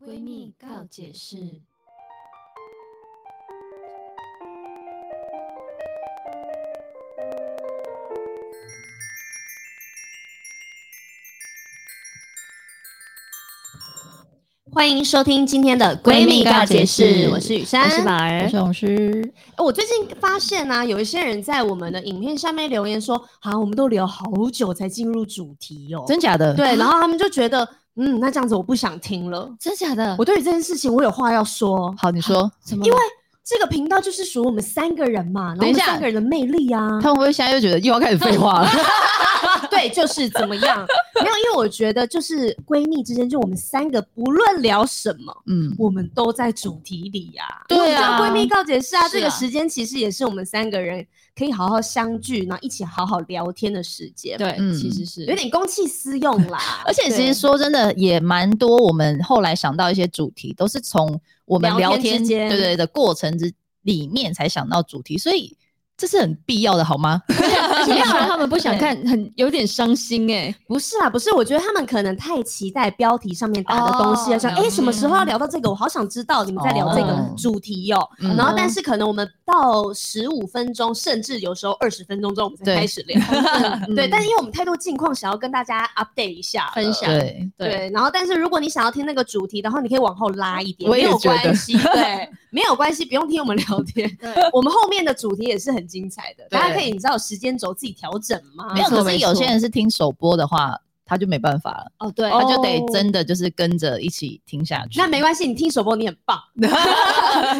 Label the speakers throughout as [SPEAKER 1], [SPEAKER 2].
[SPEAKER 1] 闺蜜告解释。欢迎收听今天的闺蜜告解释，我是雨
[SPEAKER 2] 我
[SPEAKER 1] 珊，哦
[SPEAKER 2] 是宝儿，
[SPEAKER 3] 总师，
[SPEAKER 1] 我最近发现呢、有一些人在我们的影片下面留言说，啊，我们都聊好久才进入主题哦。
[SPEAKER 3] 真假的？，啊
[SPEAKER 1] 对，然后他们就觉得，嗯，那这样子我不想听了。
[SPEAKER 3] 真假的
[SPEAKER 1] 我对于这件事情，我有话要说。
[SPEAKER 3] 嗯好，你说，
[SPEAKER 2] 怎么因为
[SPEAKER 1] 这个频道就是属于我们三个人嘛，然后我
[SPEAKER 3] 等一
[SPEAKER 1] 们
[SPEAKER 3] 下
[SPEAKER 1] 三个人的魅力 啊
[SPEAKER 3] 他。们会不会现在又觉得又要开始废话了？
[SPEAKER 1] 对，就是怎么样？ 没有，因为我觉得就是闺蜜之间，就我们三个不论聊什么，
[SPEAKER 3] 嗯，
[SPEAKER 1] 我们都在主题里呀、
[SPEAKER 3] 对
[SPEAKER 1] 叫
[SPEAKER 3] 啊，
[SPEAKER 1] 闺蜜告解释啊，
[SPEAKER 3] 是
[SPEAKER 1] 这个
[SPEAKER 3] 啊
[SPEAKER 1] 时间其实也是我们三个人可以好好相聚，然后一起好好聊天的时间。，
[SPEAKER 2] 对，
[SPEAKER 3] 嗯。
[SPEAKER 2] 其实是
[SPEAKER 1] 有点公器私用啦
[SPEAKER 3] 而且其
[SPEAKER 1] 对
[SPEAKER 3] 实说真的，也蛮多。我们后来想到一些主题，都是从我们
[SPEAKER 1] 聊
[SPEAKER 3] 聊
[SPEAKER 1] 天之
[SPEAKER 3] 天
[SPEAKER 1] 间
[SPEAKER 3] 对对的过程之里面才想到主题，所以这是很必要的，好吗？
[SPEAKER 2] 而且看他们不想看，很有点伤心哎。
[SPEAKER 1] 不是啦，不是，我觉得他们可能太期待标题上面打的东西
[SPEAKER 2] 哦
[SPEAKER 1] 了，想
[SPEAKER 2] 了
[SPEAKER 1] 哎、
[SPEAKER 2] 解
[SPEAKER 1] 什么时候要聊到这个？我好想知道你们在聊这个
[SPEAKER 3] 嗯哦
[SPEAKER 1] 主题哟、
[SPEAKER 3] 嗯
[SPEAKER 1] 然后，但是可能我们到十五分钟，甚至有时候二十分钟之后，我们才
[SPEAKER 3] 对
[SPEAKER 1] 开始 聊。
[SPEAKER 2] 嗯
[SPEAKER 1] 对，但是因为我们太多近况，想要跟大家 update 一下了
[SPEAKER 2] 分享
[SPEAKER 3] 对，
[SPEAKER 2] 对，
[SPEAKER 1] 对，然后但是如果你想要听那个主题的话，你可以往后拉一点，
[SPEAKER 3] 我
[SPEAKER 1] 没
[SPEAKER 3] 也
[SPEAKER 1] 有
[SPEAKER 3] 觉得
[SPEAKER 1] 关系，对，没有关系，不用听我们聊天，我们后面的主题也是很精彩的，
[SPEAKER 3] 对
[SPEAKER 1] 大家可以你知道时间轴自己调整吗？
[SPEAKER 3] 没有。
[SPEAKER 2] 错
[SPEAKER 3] 可是
[SPEAKER 2] 没错
[SPEAKER 3] 有些人是听首播的话，他就没办法了，
[SPEAKER 2] 哦对，
[SPEAKER 3] 他就得
[SPEAKER 1] 哦
[SPEAKER 3] 真的就是跟着一起听下去。
[SPEAKER 1] 那没关系，你听首播你很 棒，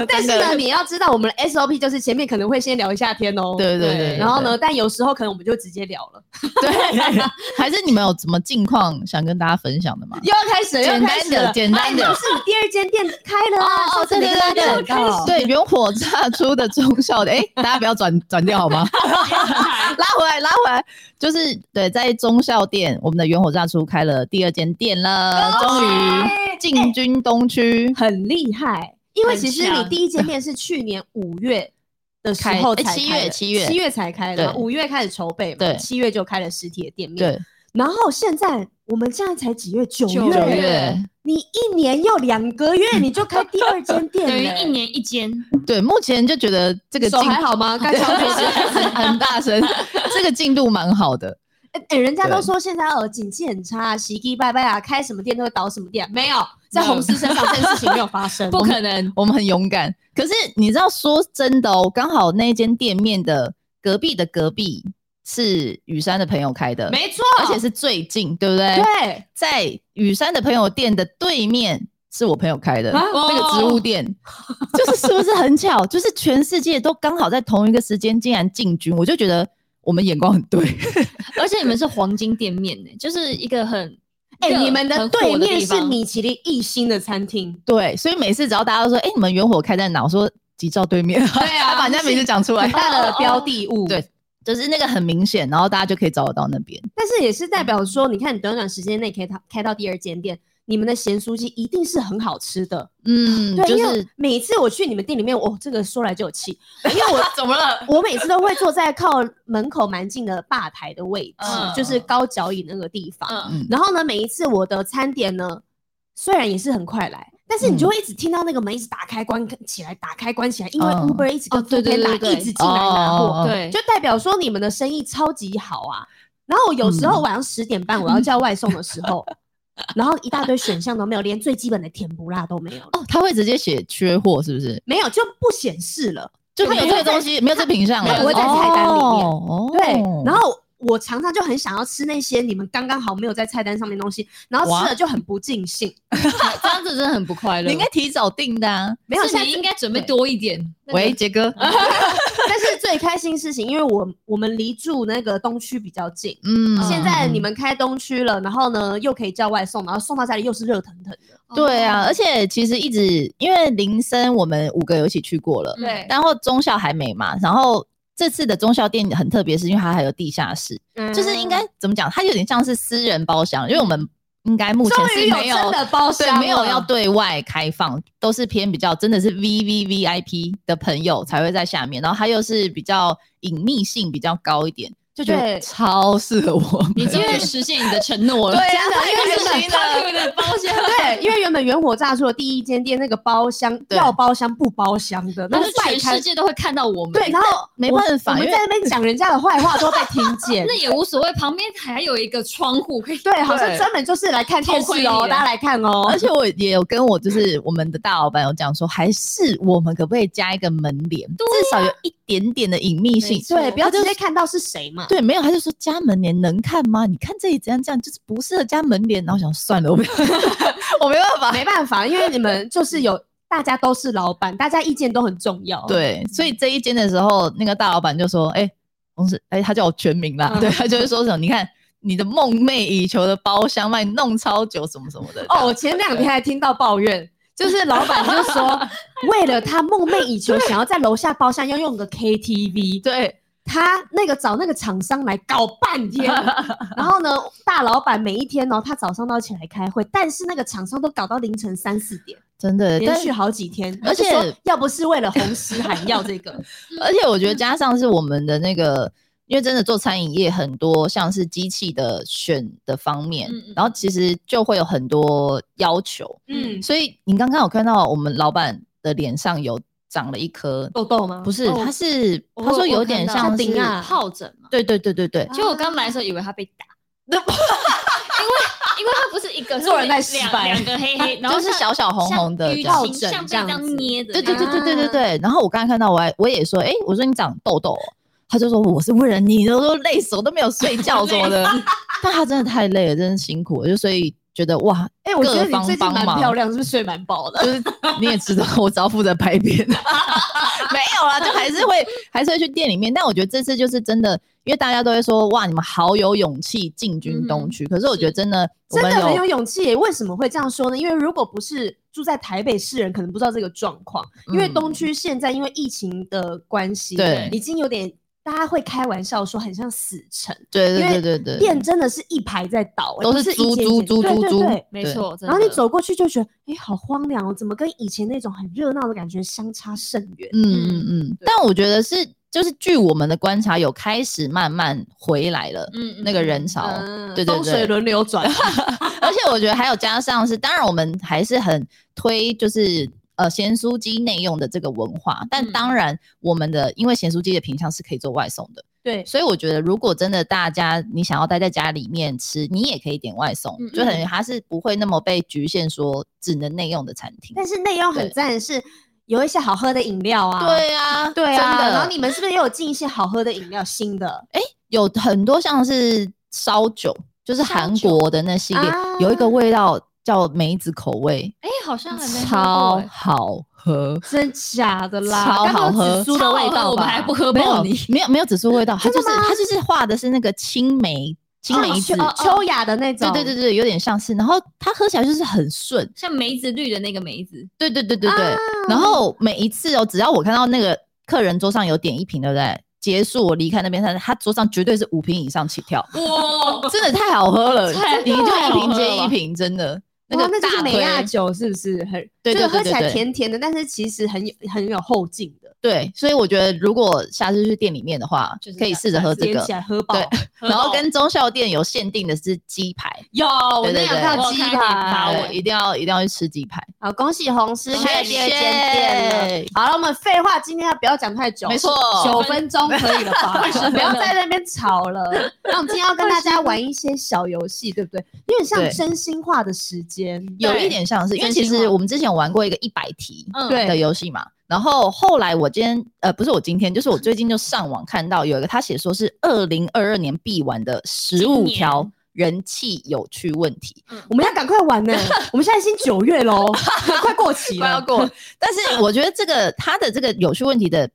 [SPEAKER 1] 但是呢，你要知道我们的 SOP 就是前面可能会先聊一下天哦，
[SPEAKER 3] 对对对
[SPEAKER 2] 对
[SPEAKER 3] 对，
[SPEAKER 1] 然后呢，但有时候可能我们就直接聊了，
[SPEAKER 3] 对？ 对，还是你们有什么近况想跟大家分享的吗？
[SPEAKER 1] 又要开始了，又要开始了，
[SPEAKER 3] 简单的简单的
[SPEAKER 1] 哎就是你第二间店开了啊，
[SPEAKER 3] 哦
[SPEAKER 1] 上次
[SPEAKER 3] 对
[SPEAKER 1] 没
[SPEAKER 3] 对
[SPEAKER 1] 跟
[SPEAKER 3] 对
[SPEAKER 1] 大家
[SPEAKER 3] 对
[SPEAKER 1] 讲到
[SPEAKER 3] 对，原火炸出的中校的，哎、大家不要转转掉好吗？拉回来，拉回来，就是对，在中校店，我们的原火炸出开了第二间店了，终于
[SPEAKER 1] 哎
[SPEAKER 3] 进军东区。
[SPEAKER 1] 很厉害，因为
[SPEAKER 2] 很
[SPEAKER 1] 其实你
[SPEAKER 2] 强
[SPEAKER 1] 第一间店是去年五月的时候才
[SPEAKER 3] 开哎七月
[SPEAKER 1] 开的
[SPEAKER 3] 七月
[SPEAKER 1] 七月才开的嘛，
[SPEAKER 3] 对
[SPEAKER 1] 五月开始筹备嘛，
[SPEAKER 3] 对
[SPEAKER 1] 七月就开了实体的店面。，
[SPEAKER 3] 对，
[SPEAKER 1] 然后现在我们现在才几月？九
[SPEAKER 2] 九
[SPEAKER 3] 九
[SPEAKER 2] 对
[SPEAKER 3] 月，
[SPEAKER 1] 你一年又两个月，你就开第二间店
[SPEAKER 2] 等于
[SPEAKER 1] 了，
[SPEAKER 2] 一年一间，
[SPEAKER 3] 对，目前就觉得这个
[SPEAKER 1] 手
[SPEAKER 3] 进
[SPEAKER 1] 还好吗？刚消费
[SPEAKER 3] 很大声，这个进度蛮好的。
[SPEAKER 1] 哎、欸人家都
[SPEAKER 3] 对
[SPEAKER 1] 说现在呃景气很差，喜气拜拜啊，开什么店都会倒什么店，没有在
[SPEAKER 2] 没有
[SPEAKER 1] 红师身上这件事情没有发生，
[SPEAKER 2] 不可能。
[SPEAKER 3] 我们很勇敢。可是你知道，说真的哦，刚好那一间店面的隔壁的隔壁是雨山的朋友开的，
[SPEAKER 1] 没错，
[SPEAKER 3] 而且是最近，对不对？
[SPEAKER 1] 嗯对，啊哎
[SPEAKER 3] 在雨山的朋友店的对面是我朋友开的
[SPEAKER 1] 啊哦
[SPEAKER 3] 那个植物店，就是是不是很巧？就是全世界都刚好在同一个时间竟然进军，我就觉得我们眼光很对。
[SPEAKER 2] 而且你们是黄金店面呢，就是一个很
[SPEAKER 1] 哎、
[SPEAKER 2] 热
[SPEAKER 1] 你们的
[SPEAKER 2] 很火
[SPEAKER 1] 对
[SPEAKER 2] 的
[SPEAKER 1] 面
[SPEAKER 2] 地
[SPEAKER 1] 是
[SPEAKER 2] 方
[SPEAKER 1] 米其林一星的餐厅，
[SPEAKER 3] 对，所以每次只要大家都说：“哎、你们元火开在哪？”我说：“吉兆对面。” 对
[SPEAKER 1] 啊
[SPEAKER 3] 把人家名字讲出来
[SPEAKER 1] 很，大的标的物。
[SPEAKER 3] 对就是那个很明显，然后大家就可以找得到那边。
[SPEAKER 1] 但是也是代表说，你看你短短时间内开到开到第二间店，你们的咸酥鸡一定是很好吃的。
[SPEAKER 3] 嗯，
[SPEAKER 1] 对，
[SPEAKER 3] 就
[SPEAKER 1] 因
[SPEAKER 3] 是
[SPEAKER 1] 为每次我去你们店里面，哦，这个说来就有气，因为我
[SPEAKER 3] 怎么了？
[SPEAKER 1] 我每次都会坐在靠门口蛮近的吧台的位置，
[SPEAKER 2] 嗯
[SPEAKER 1] 就是高脚椅那个地方。
[SPEAKER 2] 嗯，
[SPEAKER 3] 嗯，
[SPEAKER 1] 然后呢，每一次我的餐点呢，虽然也是很快来，但
[SPEAKER 2] 嗯
[SPEAKER 1] 是你就会一直听到那个门一直打开关起来，打开关起来，因为
[SPEAKER 3] 嗯
[SPEAKER 1] Uber 一直跟
[SPEAKER 2] 哦对
[SPEAKER 1] f
[SPEAKER 2] 对
[SPEAKER 1] o 打
[SPEAKER 2] 对对
[SPEAKER 1] 一直进来拿货，
[SPEAKER 3] 哦
[SPEAKER 2] 对，
[SPEAKER 1] 就代表说你们的生意超级好啊。然后我有时候
[SPEAKER 2] 嗯
[SPEAKER 1] 晚上十点半我要叫外送的时候，然后一大堆选项都没有，连最基本的甜不辣都没有了，
[SPEAKER 3] 哦，他会直接写缺货，是不是？
[SPEAKER 1] 没有就不显示了。
[SPEAKER 3] 就没有这个东西，没有这品相了，
[SPEAKER 1] 不会在菜单里面
[SPEAKER 3] 哦
[SPEAKER 1] 对，然后我常常就很想要吃那些你们刚刚好没有在菜单上面的东西，然后吃
[SPEAKER 3] 哇
[SPEAKER 1] 了就很不尽兴。
[SPEAKER 2] 这样子真的很不快乐。
[SPEAKER 3] 你应该提早订的啊。
[SPEAKER 1] 没有，
[SPEAKER 2] 是
[SPEAKER 1] 现在
[SPEAKER 2] 你应该准备多一点。
[SPEAKER 3] 喂，杰哥，
[SPEAKER 1] 啊但是最开心事情，因为我我们离住那个东区比较近。
[SPEAKER 3] 嗯
[SPEAKER 1] 现在你们开东区了，然后呢又可以叫外送，然后送到家里又是热腾腾的。
[SPEAKER 3] 对啊，而
[SPEAKER 2] 且
[SPEAKER 3] 且其实一直因为林森我们五个有一起去过了，
[SPEAKER 1] 嗯
[SPEAKER 2] 对
[SPEAKER 3] 然后中校还没嘛，然后。这次的中校店很特别，是因为它还有地下室，
[SPEAKER 1] 嗯
[SPEAKER 3] 就是应该怎么讲，它有点像是私人包厢，因为我们应该目前
[SPEAKER 1] 终于
[SPEAKER 3] 是
[SPEAKER 1] 有
[SPEAKER 3] 没有
[SPEAKER 1] 真的包
[SPEAKER 3] 对
[SPEAKER 1] 厢，
[SPEAKER 3] 没有要对外开放，都是偏比较真的是 V V V I P 的朋友才会在下面，然后它又是比较隐秘性比较高一点，就觉得
[SPEAKER 1] 对
[SPEAKER 3] 超适合我们。
[SPEAKER 2] 你终于实现你的承诺了。
[SPEAKER 3] 对啊，太
[SPEAKER 2] 这
[SPEAKER 3] 开
[SPEAKER 2] 是
[SPEAKER 3] 心
[SPEAKER 2] 一
[SPEAKER 3] 了。
[SPEAKER 2] 个的包厢，
[SPEAKER 1] 对，因为原本元火炸出的第一间店那个包厢
[SPEAKER 3] 对
[SPEAKER 1] 要包厢不包厢的，
[SPEAKER 2] 那
[SPEAKER 1] 那
[SPEAKER 2] 就
[SPEAKER 1] 外
[SPEAKER 2] 全世
[SPEAKER 1] 开
[SPEAKER 2] 界都会看到我们。
[SPEAKER 1] 对，然后
[SPEAKER 3] 没
[SPEAKER 1] 我
[SPEAKER 3] 办法
[SPEAKER 1] 我们
[SPEAKER 3] 因为
[SPEAKER 1] 在那边讲人家的坏话都被听见
[SPEAKER 2] 那。也无所谓，旁边还有一个窗户可以。
[SPEAKER 1] 对，好像
[SPEAKER 3] 对
[SPEAKER 1] 专门就是来看电视
[SPEAKER 2] 偷窥
[SPEAKER 1] 哦，
[SPEAKER 2] 你
[SPEAKER 1] 大家来看哦。
[SPEAKER 3] 啊而且我也有跟我就是我们的大老板有讲说，还是我们可不可以加一个门帘，至少有一点点的隐秘性
[SPEAKER 2] 没。错
[SPEAKER 1] 对，不要
[SPEAKER 3] 他就
[SPEAKER 1] 直接看到是谁嘛。
[SPEAKER 3] 对，没有，他就说加门帘能看吗？你看这里怎样这样，就是不适合加门帘。然后我想算了，我没有 我没办 法。
[SPEAKER 1] 没办法，因为你们就是有，大家都是老板，大家意见都很重要。，
[SPEAKER 3] 对，所以这一间的时候，那个大老板就说：“哎、同事，哎、他叫我全名啦，
[SPEAKER 1] 嗯
[SPEAKER 3] 对他就会说什么，你看你的梦寐以求的包厢卖弄超久什么什么的。”
[SPEAKER 1] 哦，我前两天还听到抱怨，就是老板就说， 为了他梦寐以求想要在楼下包厢要用个 KTV，
[SPEAKER 3] 对，
[SPEAKER 1] 他那个找那个厂商来搞半天， 然后呢，大老板每一天哦，他早上都要起来开会，但是那个厂商都搞到凌晨三四点，
[SPEAKER 3] 真的，
[SPEAKER 1] 连
[SPEAKER 3] 呃但
[SPEAKER 1] 续好几天，
[SPEAKER 3] 而且
[SPEAKER 1] 他就说要不是为了红石喊药这 个，嗯
[SPEAKER 3] 而且我
[SPEAKER 2] 嗯
[SPEAKER 3] 觉得加上是我们的那个，因为真的做餐饮业很多像是机器的选的方面，
[SPEAKER 2] 嗯嗯
[SPEAKER 3] 然后其实就会有很多要求，
[SPEAKER 1] 嗯，
[SPEAKER 3] 所以你刚刚有看到我们老板的脸上有长了一颗，
[SPEAKER 1] 痘痘吗？
[SPEAKER 3] 不是，
[SPEAKER 2] 哦
[SPEAKER 3] 他是
[SPEAKER 2] 我
[SPEAKER 3] 他说有点
[SPEAKER 2] 我看
[SPEAKER 3] 像
[SPEAKER 2] 到
[SPEAKER 1] 像
[SPEAKER 3] 是
[SPEAKER 1] 顶，啊
[SPEAKER 2] 疱疹嘛。
[SPEAKER 3] 对对对对对，
[SPEAKER 2] 其实我刚来的时候以为他被打，
[SPEAKER 3] 那
[SPEAKER 2] 因为它不是一个，
[SPEAKER 1] 做人太失
[SPEAKER 2] 是两
[SPEAKER 1] 败了
[SPEAKER 2] 两个 黑黑，然后
[SPEAKER 3] 就是小小红红的
[SPEAKER 2] 像淤
[SPEAKER 3] 这样
[SPEAKER 1] 疱
[SPEAKER 2] 青
[SPEAKER 1] 疹
[SPEAKER 2] 像被
[SPEAKER 1] 这样
[SPEAKER 2] 这样
[SPEAKER 1] 子
[SPEAKER 2] 捏的
[SPEAKER 3] 对
[SPEAKER 2] 那
[SPEAKER 3] 对
[SPEAKER 2] 种，
[SPEAKER 3] 对对对对
[SPEAKER 1] 啊
[SPEAKER 3] 对。然后我刚才看到我还我也说，哎、我说你长痘痘哦，他就说我是为了你，我都累死，我都没有睡觉什么的。 但他真的太累了，真的辛苦了，就所以觉得哇，
[SPEAKER 1] 哎、我觉得
[SPEAKER 3] 各
[SPEAKER 1] 你
[SPEAKER 3] 方
[SPEAKER 1] 最近
[SPEAKER 3] 帮
[SPEAKER 1] 蛮
[SPEAKER 3] 忙
[SPEAKER 1] 漂亮，是不是睡蛮饱的？
[SPEAKER 3] 就是你也知道，我只要负责拍片， 没有啦，就还是会还是会去店里面。但我觉得这次就是真的，因为大家都会说哇，你们好有勇气进军东区。可是我觉得真的，我
[SPEAKER 1] 嗯真
[SPEAKER 3] 们
[SPEAKER 1] 的很有
[SPEAKER 3] 有
[SPEAKER 1] 勇气耶。为什么会这样说呢？因为如果不是住在台北市人，可能不知道这个状况。因为
[SPEAKER 3] 嗯
[SPEAKER 1] 东区现在因为疫情的关系，
[SPEAKER 3] 对
[SPEAKER 1] 已经有点大家会开玩笑说很像死城，
[SPEAKER 3] 对
[SPEAKER 1] 因
[SPEAKER 3] 对
[SPEAKER 1] 为
[SPEAKER 3] 对对对，
[SPEAKER 1] 店真的是一排在倒，哎
[SPEAKER 3] 都
[SPEAKER 1] 不
[SPEAKER 3] 是
[SPEAKER 1] 是
[SPEAKER 3] 租
[SPEAKER 1] 一间一
[SPEAKER 3] 租
[SPEAKER 1] 间对
[SPEAKER 3] 租租
[SPEAKER 1] 对
[SPEAKER 3] 租，
[SPEAKER 1] 对
[SPEAKER 2] 没
[SPEAKER 3] 对
[SPEAKER 2] 错。真
[SPEAKER 1] 然后你
[SPEAKER 2] 的，
[SPEAKER 1] 走过去就觉得，哎、好荒凉哦，怎么跟以前那种很热闹的感觉相差甚远？
[SPEAKER 3] 嗯嗯嗯。但我觉得是就是据我们的观察，有开始慢慢回来了。
[SPEAKER 2] 嗯嗯
[SPEAKER 3] 那个
[SPEAKER 2] 嗯
[SPEAKER 3] 人潮，
[SPEAKER 1] 嗯
[SPEAKER 3] 对对
[SPEAKER 1] 风水
[SPEAKER 3] 对
[SPEAKER 1] 轮流转，
[SPEAKER 3] 而且我觉得还有加上是，当然我们还是很推就是呃咸酥鸡内用的这个文化，但
[SPEAKER 2] 嗯
[SPEAKER 3] 当然我们的因为咸酥鸡的品相是可以做外送的，
[SPEAKER 1] 对，
[SPEAKER 3] 所以我觉得如果真的大家你想要待在家里面吃，你也可以点外送
[SPEAKER 2] 嗯，
[SPEAKER 3] 就等于它是不会那么被局限说只能内用的餐厅。
[SPEAKER 1] 但是内容很
[SPEAKER 3] 对
[SPEAKER 1] 赞，是有一些好喝的饮料啊，
[SPEAKER 3] 对啊，
[SPEAKER 1] 对啊，
[SPEAKER 3] 真的。哎
[SPEAKER 1] 然后你们是不是也有进一些好喝的饮料？新的
[SPEAKER 3] 有很多像是烧酒，就是
[SPEAKER 2] 烧
[SPEAKER 3] 韩
[SPEAKER 2] 酒
[SPEAKER 3] 国的那系列，
[SPEAKER 1] 啊
[SPEAKER 3] 有一个味道叫梅子口味，
[SPEAKER 2] 哎，好像还没喝过
[SPEAKER 3] 超
[SPEAKER 2] 哎
[SPEAKER 3] 好喝。
[SPEAKER 1] 真假的啦，
[SPEAKER 3] 超
[SPEAKER 1] 刚刚
[SPEAKER 3] 好喝
[SPEAKER 1] 紫苏的味
[SPEAKER 2] 超好喝
[SPEAKER 1] 道
[SPEAKER 2] 我
[SPEAKER 1] 吧？
[SPEAKER 2] 们还不喝
[SPEAKER 3] 没
[SPEAKER 2] 爆
[SPEAKER 3] 有
[SPEAKER 2] 你。
[SPEAKER 3] 没有没有紫苏味道，它
[SPEAKER 1] 真
[SPEAKER 3] 就
[SPEAKER 1] 的
[SPEAKER 3] 是它就是画的是那个青梅青梅子，
[SPEAKER 1] 哦秋秋雅的那
[SPEAKER 3] 对
[SPEAKER 1] 种，
[SPEAKER 3] 对对对，有点像是。然后它喝起来就是很顺，
[SPEAKER 2] 像梅子绿的那个梅 子，
[SPEAKER 3] 对对对对对。
[SPEAKER 1] 啊
[SPEAKER 3] 然后每一次哦，只要我看到那个客人桌上有点一瓶，对不对？结束我离开那边，他他桌上绝对是五瓶以上起跳，
[SPEAKER 2] 哇，
[SPEAKER 3] 真的太好喝了，
[SPEAKER 2] 太
[SPEAKER 3] 你就
[SPEAKER 2] 太
[SPEAKER 3] 一
[SPEAKER 2] 好
[SPEAKER 3] 瓶
[SPEAKER 2] 喝
[SPEAKER 3] 接
[SPEAKER 2] 了
[SPEAKER 3] 一瓶，真的那
[SPEAKER 1] 哇
[SPEAKER 3] 个
[SPEAKER 1] 那就
[SPEAKER 3] 大
[SPEAKER 1] 是
[SPEAKER 3] 推
[SPEAKER 1] 美亚酒是不是很？
[SPEAKER 3] 对对
[SPEAKER 1] 就是
[SPEAKER 3] 对
[SPEAKER 1] 喝起
[SPEAKER 3] 对
[SPEAKER 1] 来
[SPEAKER 3] 对
[SPEAKER 1] 甜甜的，但是其实很有很有后劲的，
[SPEAKER 3] 对，所以我觉得如果下次去店里面的话，
[SPEAKER 2] 就是
[SPEAKER 3] 可以
[SPEAKER 2] 这样
[SPEAKER 3] 试着喝这
[SPEAKER 1] 连
[SPEAKER 3] 个
[SPEAKER 1] 起。来喝爆。
[SPEAKER 3] 对然后跟中校店有限定的是鸡排，
[SPEAKER 1] 有，我
[SPEAKER 3] 对
[SPEAKER 1] 那
[SPEAKER 3] 对
[SPEAKER 1] 有
[SPEAKER 3] 对
[SPEAKER 1] 看
[SPEAKER 2] 我
[SPEAKER 1] 到
[SPEAKER 2] 有
[SPEAKER 1] 鸡
[SPEAKER 2] 看到你发
[SPEAKER 1] 排
[SPEAKER 2] 文，
[SPEAKER 3] 对，一定要一定要去吃鸡排。
[SPEAKER 1] 好，恭喜红狮
[SPEAKER 3] 谢
[SPEAKER 1] 开第二间店
[SPEAKER 3] 谢
[SPEAKER 1] 了。好了，我们废话今天要不要讲太久？
[SPEAKER 3] 没错
[SPEAKER 1] 九分钟可以了 吧
[SPEAKER 2] 二十？分
[SPEAKER 1] 不要
[SPEAKER 2] 了
[SPEAKER 1] 在那边吵了。那我们今天要跟大家玩一些小游戏，对不对？有点像
[SPEAKER 3] 对
[SPEAKER 1] 真心话的时间，
[SPEAKER 3] 有
[SPEAKER 2] 对
[SPEAKER 3] 一点像是，因为
[SPEAKER 2] 真
[SPEAKER 3] 其
[SPEAKER 2] 心
[SPEAKER 3] 实
[SPEAKER 2] 话
[SPEAKER 3] 我们之前有玩过一个一百题
[SPEAKER 2] 嗯
[SPEAKER 1] 对
[SPEAKER 3] 的游戏嘛，然后后来我今天呃不是我今天，就是我最近就上网看到有一个他写说是二零二二年必玩的十
[SPEAKER 2] 今
[SPEAKER 3] 五
[SPEAKER 2] 年
[SPEAKER 3] 条人气有趣问题，
[SPEAKER 1] 我们要赶快玩 呢、我们现在已经九月喽，快过期
[SPEAKER 3] 快要
[SPEAKER 1] 了。
[SPEAKER 3] 过，但是我觉得这个他的这个有趣问题的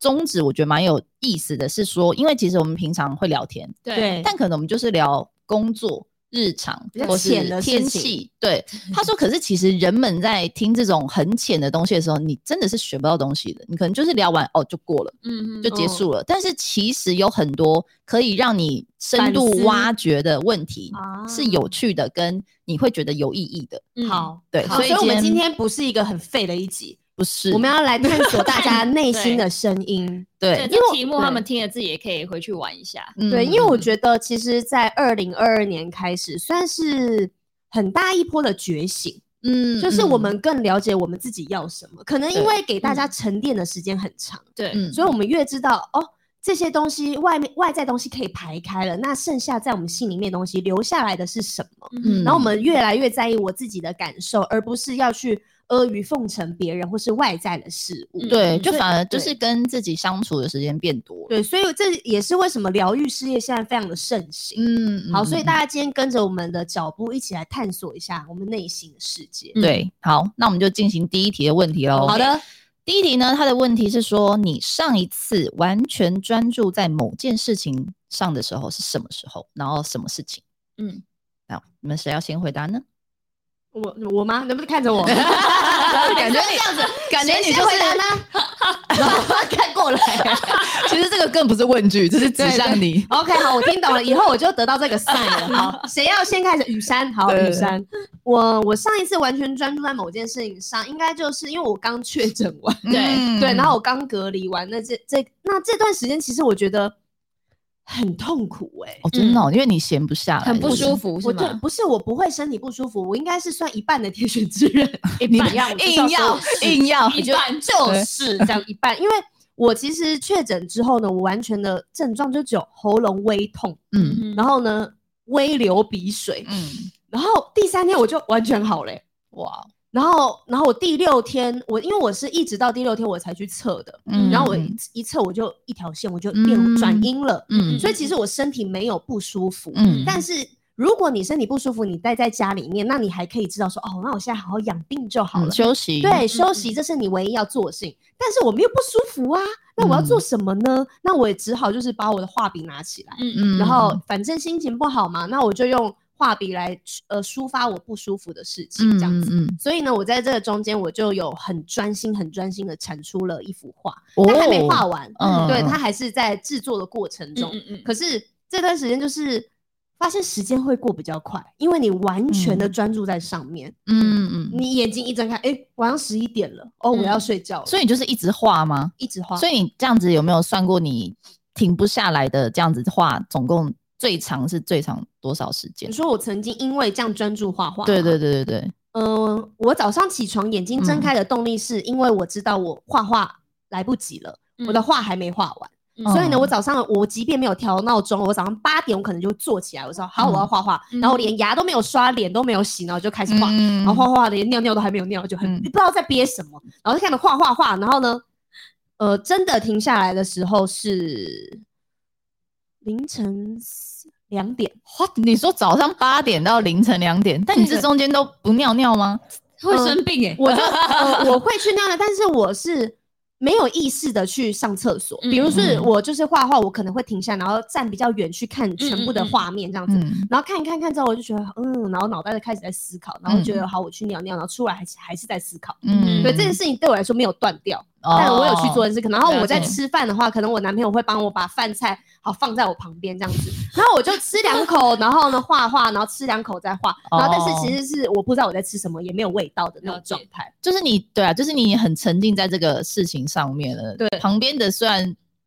[SPEAKER 3] 宗旨，我觉得蛮有意思的，是说因为其实我们平常会聊天，
[SPEAKER 2] 对，
[SPEAKER 3] 但可能我们就是聊工作、日常
[SPEAKER 1] 嗯比较
[SPEAKER 3] 或是
[SPEAKER 1] 浅的事
[SPEAKER 3] 天
[SPEAKER 1] 情嗯
[SPEAKER 3] 气。对，他说，可是其实人们在听这种很浅的东西的时候，你真的是学不到东西的。你可能就是聊完哦就过了，
[SPEAKER 2] 嗯嗯
[SPEAKER 3] 就结束了。
[SPEAKER 1] 哦
[SPEAKER 3] 但是其实有很多可以让你深
[SPEAKER 1] 反
[SPEAKER 3] 度
[SPEAKER 1] 思
[SPEAKER 3] 挖掘的问题
[SPEAKER 1] 啊
[SPEAKER 3] 是有趣的，跟你会觉得有意义的。
[SPEAKER 2] 嗯
[SPEAKER 1] 好，
[SPEAKER 3] 对
[SPEAKER 1] 好所
[SPEAKER 3] 所以
[SPEAKER 1] 以我们
[SPEAKER 3] 今
[SPEAKER 1] 今
[SPEAKER 3] 天
[SPEAKER 1] 天不是一个很废的一集，
[SPEAKER 3] 不是
[SPEAKER 1] 我们要来探索大 家内心的声音。
[SPEAKER 3] 对
[SPEAKER 2] 对，
[SPEAKER 3] 嗯
[SPEAKER 2] 这题目
[SPEAKER 1] 对
[SPEAKER 2] 他们听了自己也可以回去玩一下。
[SPEAKER 1] 对，因为我
[SPEAKER 3] 觉
[SPEAKER 1] 觉得其实，在二零二二年开始，算是很大一波的觉醒，
[SPEAKER 3] 嗯
[SPEAKER 1] 就是我们更了解我们自己要什么。可能因
[SPEAKER 3] 对
[SPEAKER 1] 为给大家沉淀的时间很长，
[SPEAKER 2] 对，
[SPEAKER 3] 嗯
[SPEAKER 1] 所以我们越知道哦，这些东西外面外在东西可以排开了，那剩下在我们心里面的东西留下来的是什么？
[SPEAKER 2] 嗯
[SPEAKER 1] 然后我们越来越在意我自己的感受，而不是要去阿谀奉承别人或是外在的事物。
[SPEAKER 2] 嗯
[SPEAKER 3] 对，
[SPEAKER 2] 嗯
[SPEAKER 3] 就
[SPEAKER 1] 所以
[SPEAKER 3] 反而就
[SPEAKER 1] 对
[SPEAKER 3] 是跟自己相处的时间变多了。
[SPEAKER 1] 对，所以这也是为什么疗愈事业现在非常的盛行。
[SPEAKER 3] 嗯
[SPEAKER 1] 好，所以
[SPEAKER 3] 嗯
[SPEAKER 1] 大家今天跟着我们的脚步，一起来探索一下我们内心的世界。
[SPEAKER 2] 嗯
[SPEAKER 3] 对，好，那我们就进行第一题的问题喽。
[SPEAKER 1] 好，的，
[SPEAKER 3] 第一题呢，它的问题是说，你上一次完全专注在某件事情上的时候是什么时候？然后什么事情？
[SPEAKER 2] 嗯，
[SPEAKER 3] 那你们谁要先回答呢？
[SPEAKER 1] 我我吗？能不能看着我？
[SPEAKER 3] 感觉
[SPEAKER 2] 哎
[SPEAKER 3] 你这样子， 感觉你就
[SPEAKER 1] 回答
[SPEAKER 3] 是，
[SPEAKER 1] 呢？然后 看过来。
[SPEAKER 3] 其实这个更不是问句，这是指向 你。
[SPEAKER 1] OK，好，我听懂了，以后我就得到这个 sign 了。 好，谁要先开始？雨山，好，
[SPEAKER 3] 对
[SPEAKER 1] 雨山，我我上一次完全专注在某件事情上，应该就是因为我刚确诊完，
[SPEAKER 2] 对
[SPEAKER 3] 嗯
[SPEAKER 1] 对，然后我刚隔离完，那这这那这段时间，其实我觉得很痛苦哎、
[SPEAKER 3] 哦，真的哦，因为你闲不下来，
[SPEAKER 2] 很不
[SPEAKER 3] 是
[SPEAKER 2] 舒服是
[SPEAKER 1] 我对
[SPEAKER 2] 吗？
[SPEAKER 1] 不是我不会身体不舒服，我应该是算一半的天选之人，
[SPEAKER 2] 一
[SPEAKER 1] 一 样，我就是
[SPEAKER 3] 硬要
[SPEAKER 1] 说是
[SPEAKER 3] 硬要，
[SPEAKER 1] 我觉得
[SPEAKER 3] 对
[SPEAKER 1] 就是这样一半，因为我其实确诊之后呢，我完全的症状就只有喉咙微痛，
[SPEAKER 3] 嗯
[SPEAKER 1] 然后呢微流鼻水，
[SPEAKER 3] 嗯，
[SPEAKER 1] 然后第三天我就完全好嘞、
[SPEAKER 3] 哇，
[SPEAKER 1] 然后，然后我第六天，我因为我是一直到第六天我才去测的，
[SPEAKER 3] 嗯
[SPEAKER 1] 然后我
[SPEAKER 3] 嗯
[SPEAKER 1] 一一测我就一条线，我就变
[SPEAKER 3] 嗯
[SPEAKER 1] 转阴了，
[SPEAKER 3] 嗯
[SPEAKER 1] 所以其实我身体没有不舒服，
[SPEAKER 3] 嗯
[SPEAKER 1] 但是如果你身体不舒服，你待在家里面，那你还可以知道说，哦，那我现在好好养病就好
[SPEAKER 3] 嗯
[SPEAKER 1] 了，
[SPEAKER 3] 休息，
[SPEAKER 1] 对，休息这是你唯一要做的事情。但是我没有不舒服啊，那我要
[SPEAKER 3] 嗯
[SPEAKER 1] 做什么呢？那我也只好就是把我的画笔拿起来，
[SPEAKER 2] 嗯
[SPEAKER 3] 嗯，
[SPEAKER 1] 然后反正心情不好嘛，那我就用画笔来呃抒发我不舒服的事情，这样子。
[SPEAKER 3] 嗯，嗯嗯
[SPEAKER 1] 所以呢，我在这个中间，我就有很专心、很专心的产出了一幅画，
[SPEAKER 3] 哦
[SPEAKER 1] 但还没画完，
[SPEAKER 3] 嗯
[SPEAKER 1] 对，
[SPEAKER 3] 嗯
[SPEAKER 1] 它还是在制作的过程中。
[SPEAKER 2] 嗯嗯
[SPEAKER 1] 可是这段时间就是发现时间会过比较快，因为你完全的专注在上面，
[SPEAKER 3] 嗯嗯嗯，
[SPEAKER 1] 你眼睛一睁开，哎、晚上十一点了，哦，我要睡觉了，
[SPEAKER 3] 所
[SPEAKER 1] 以
[SPEAKER 3] 以你就是一直画吗？
[SPEAKER 1] 一直画。
[SPEAKER 3] 所以你这样子有没有算过你停不下来的这样子画，总共最长是最长多少时间
[SPEAKER 1] 你？说我曾经因为这样专注画画，
[SPEAKER 3] 对嗯对，对对对，
[SPEAKER 1] 嗯、我早上起床眼睛睁开的动力是因为我知道我画画来不及了，
[SPEAKER 2] 嗯
[SPEAKER 1] 我的画还没画完。
[SPEAKER 2] 嗯
[SPEAKER 1] 所以呢，我早上我即便没有调闹钟，我早上八点我可能就坐起来，我说好，我要画画，
[SPEAKER 2] 嗯
[SPEAKER 1] 然后我连牙都没有刷，脸都没有洗，然后就开始画，
[SPEAKER 3] 嗯
[SPEAKER 1] 然后画画连尿尿都还没有尿，就很、
[SPEAKER 3] 嗯
[SPEAKER 1] 不知道在憋什么，然后就开始画画画，然后呢，呃，真的停下来的时候是凌晨两点，
[SPEAKER 3] 哇你说早上八点到凌晨两点，但你这
[SPEAKER 1] 对
[SPEAKER 3] 中间都不尿尿吗？
[SPEAKER 2] 会生病哎，
[SPEAKER 1] 嗯我就、呃、我会去尿尿，但是我是。没有意识的去上厕所，比如是
[SPEAKER 3] 嗯
[SPEAKER 1] 我就是画画，我可能会停下，然后站比较远去看全部的
[SPEAKER 2] 嗯嗯嗯
[SPEAKER 1] 画面这样子。
[SPEAKER 3] 嗯
[SPEAKER 1] 然后看一看看之后，我就觉得嗯，然后脑袋就开始在思考，然后
[SPEAKER 3] 嗯
[SPEAKER 1] 觉得好，我去尿尿，然后出来还是还是在思考。
[SPEAKER 2] 嗯
[SPEAKER 1] 对这件
[SPEAKER 3] 是，
[SPEAKER 1] 事情对我来说没有断掉，
[SPEAKER 3] 哦
[SPEAKER 1] 但我有去做这件事。可能然后我在
[SPEAKER 3] 了解
[SPEAKER 1] 吃饭的话，可能我男朋友会帮我把饭菜好放在我旁边这样子，然后我就吃两口，然后呢画画，然后吃两口再画，然后但是其实是我不知道我在吃什么，也没有味道的那种状态。
[SPEAKER 3] 就是你对啊，就是你很沉浸在这个事情上面了。
[SPEAKER 1] 对
[SPEAKER 3] 旁边的虽然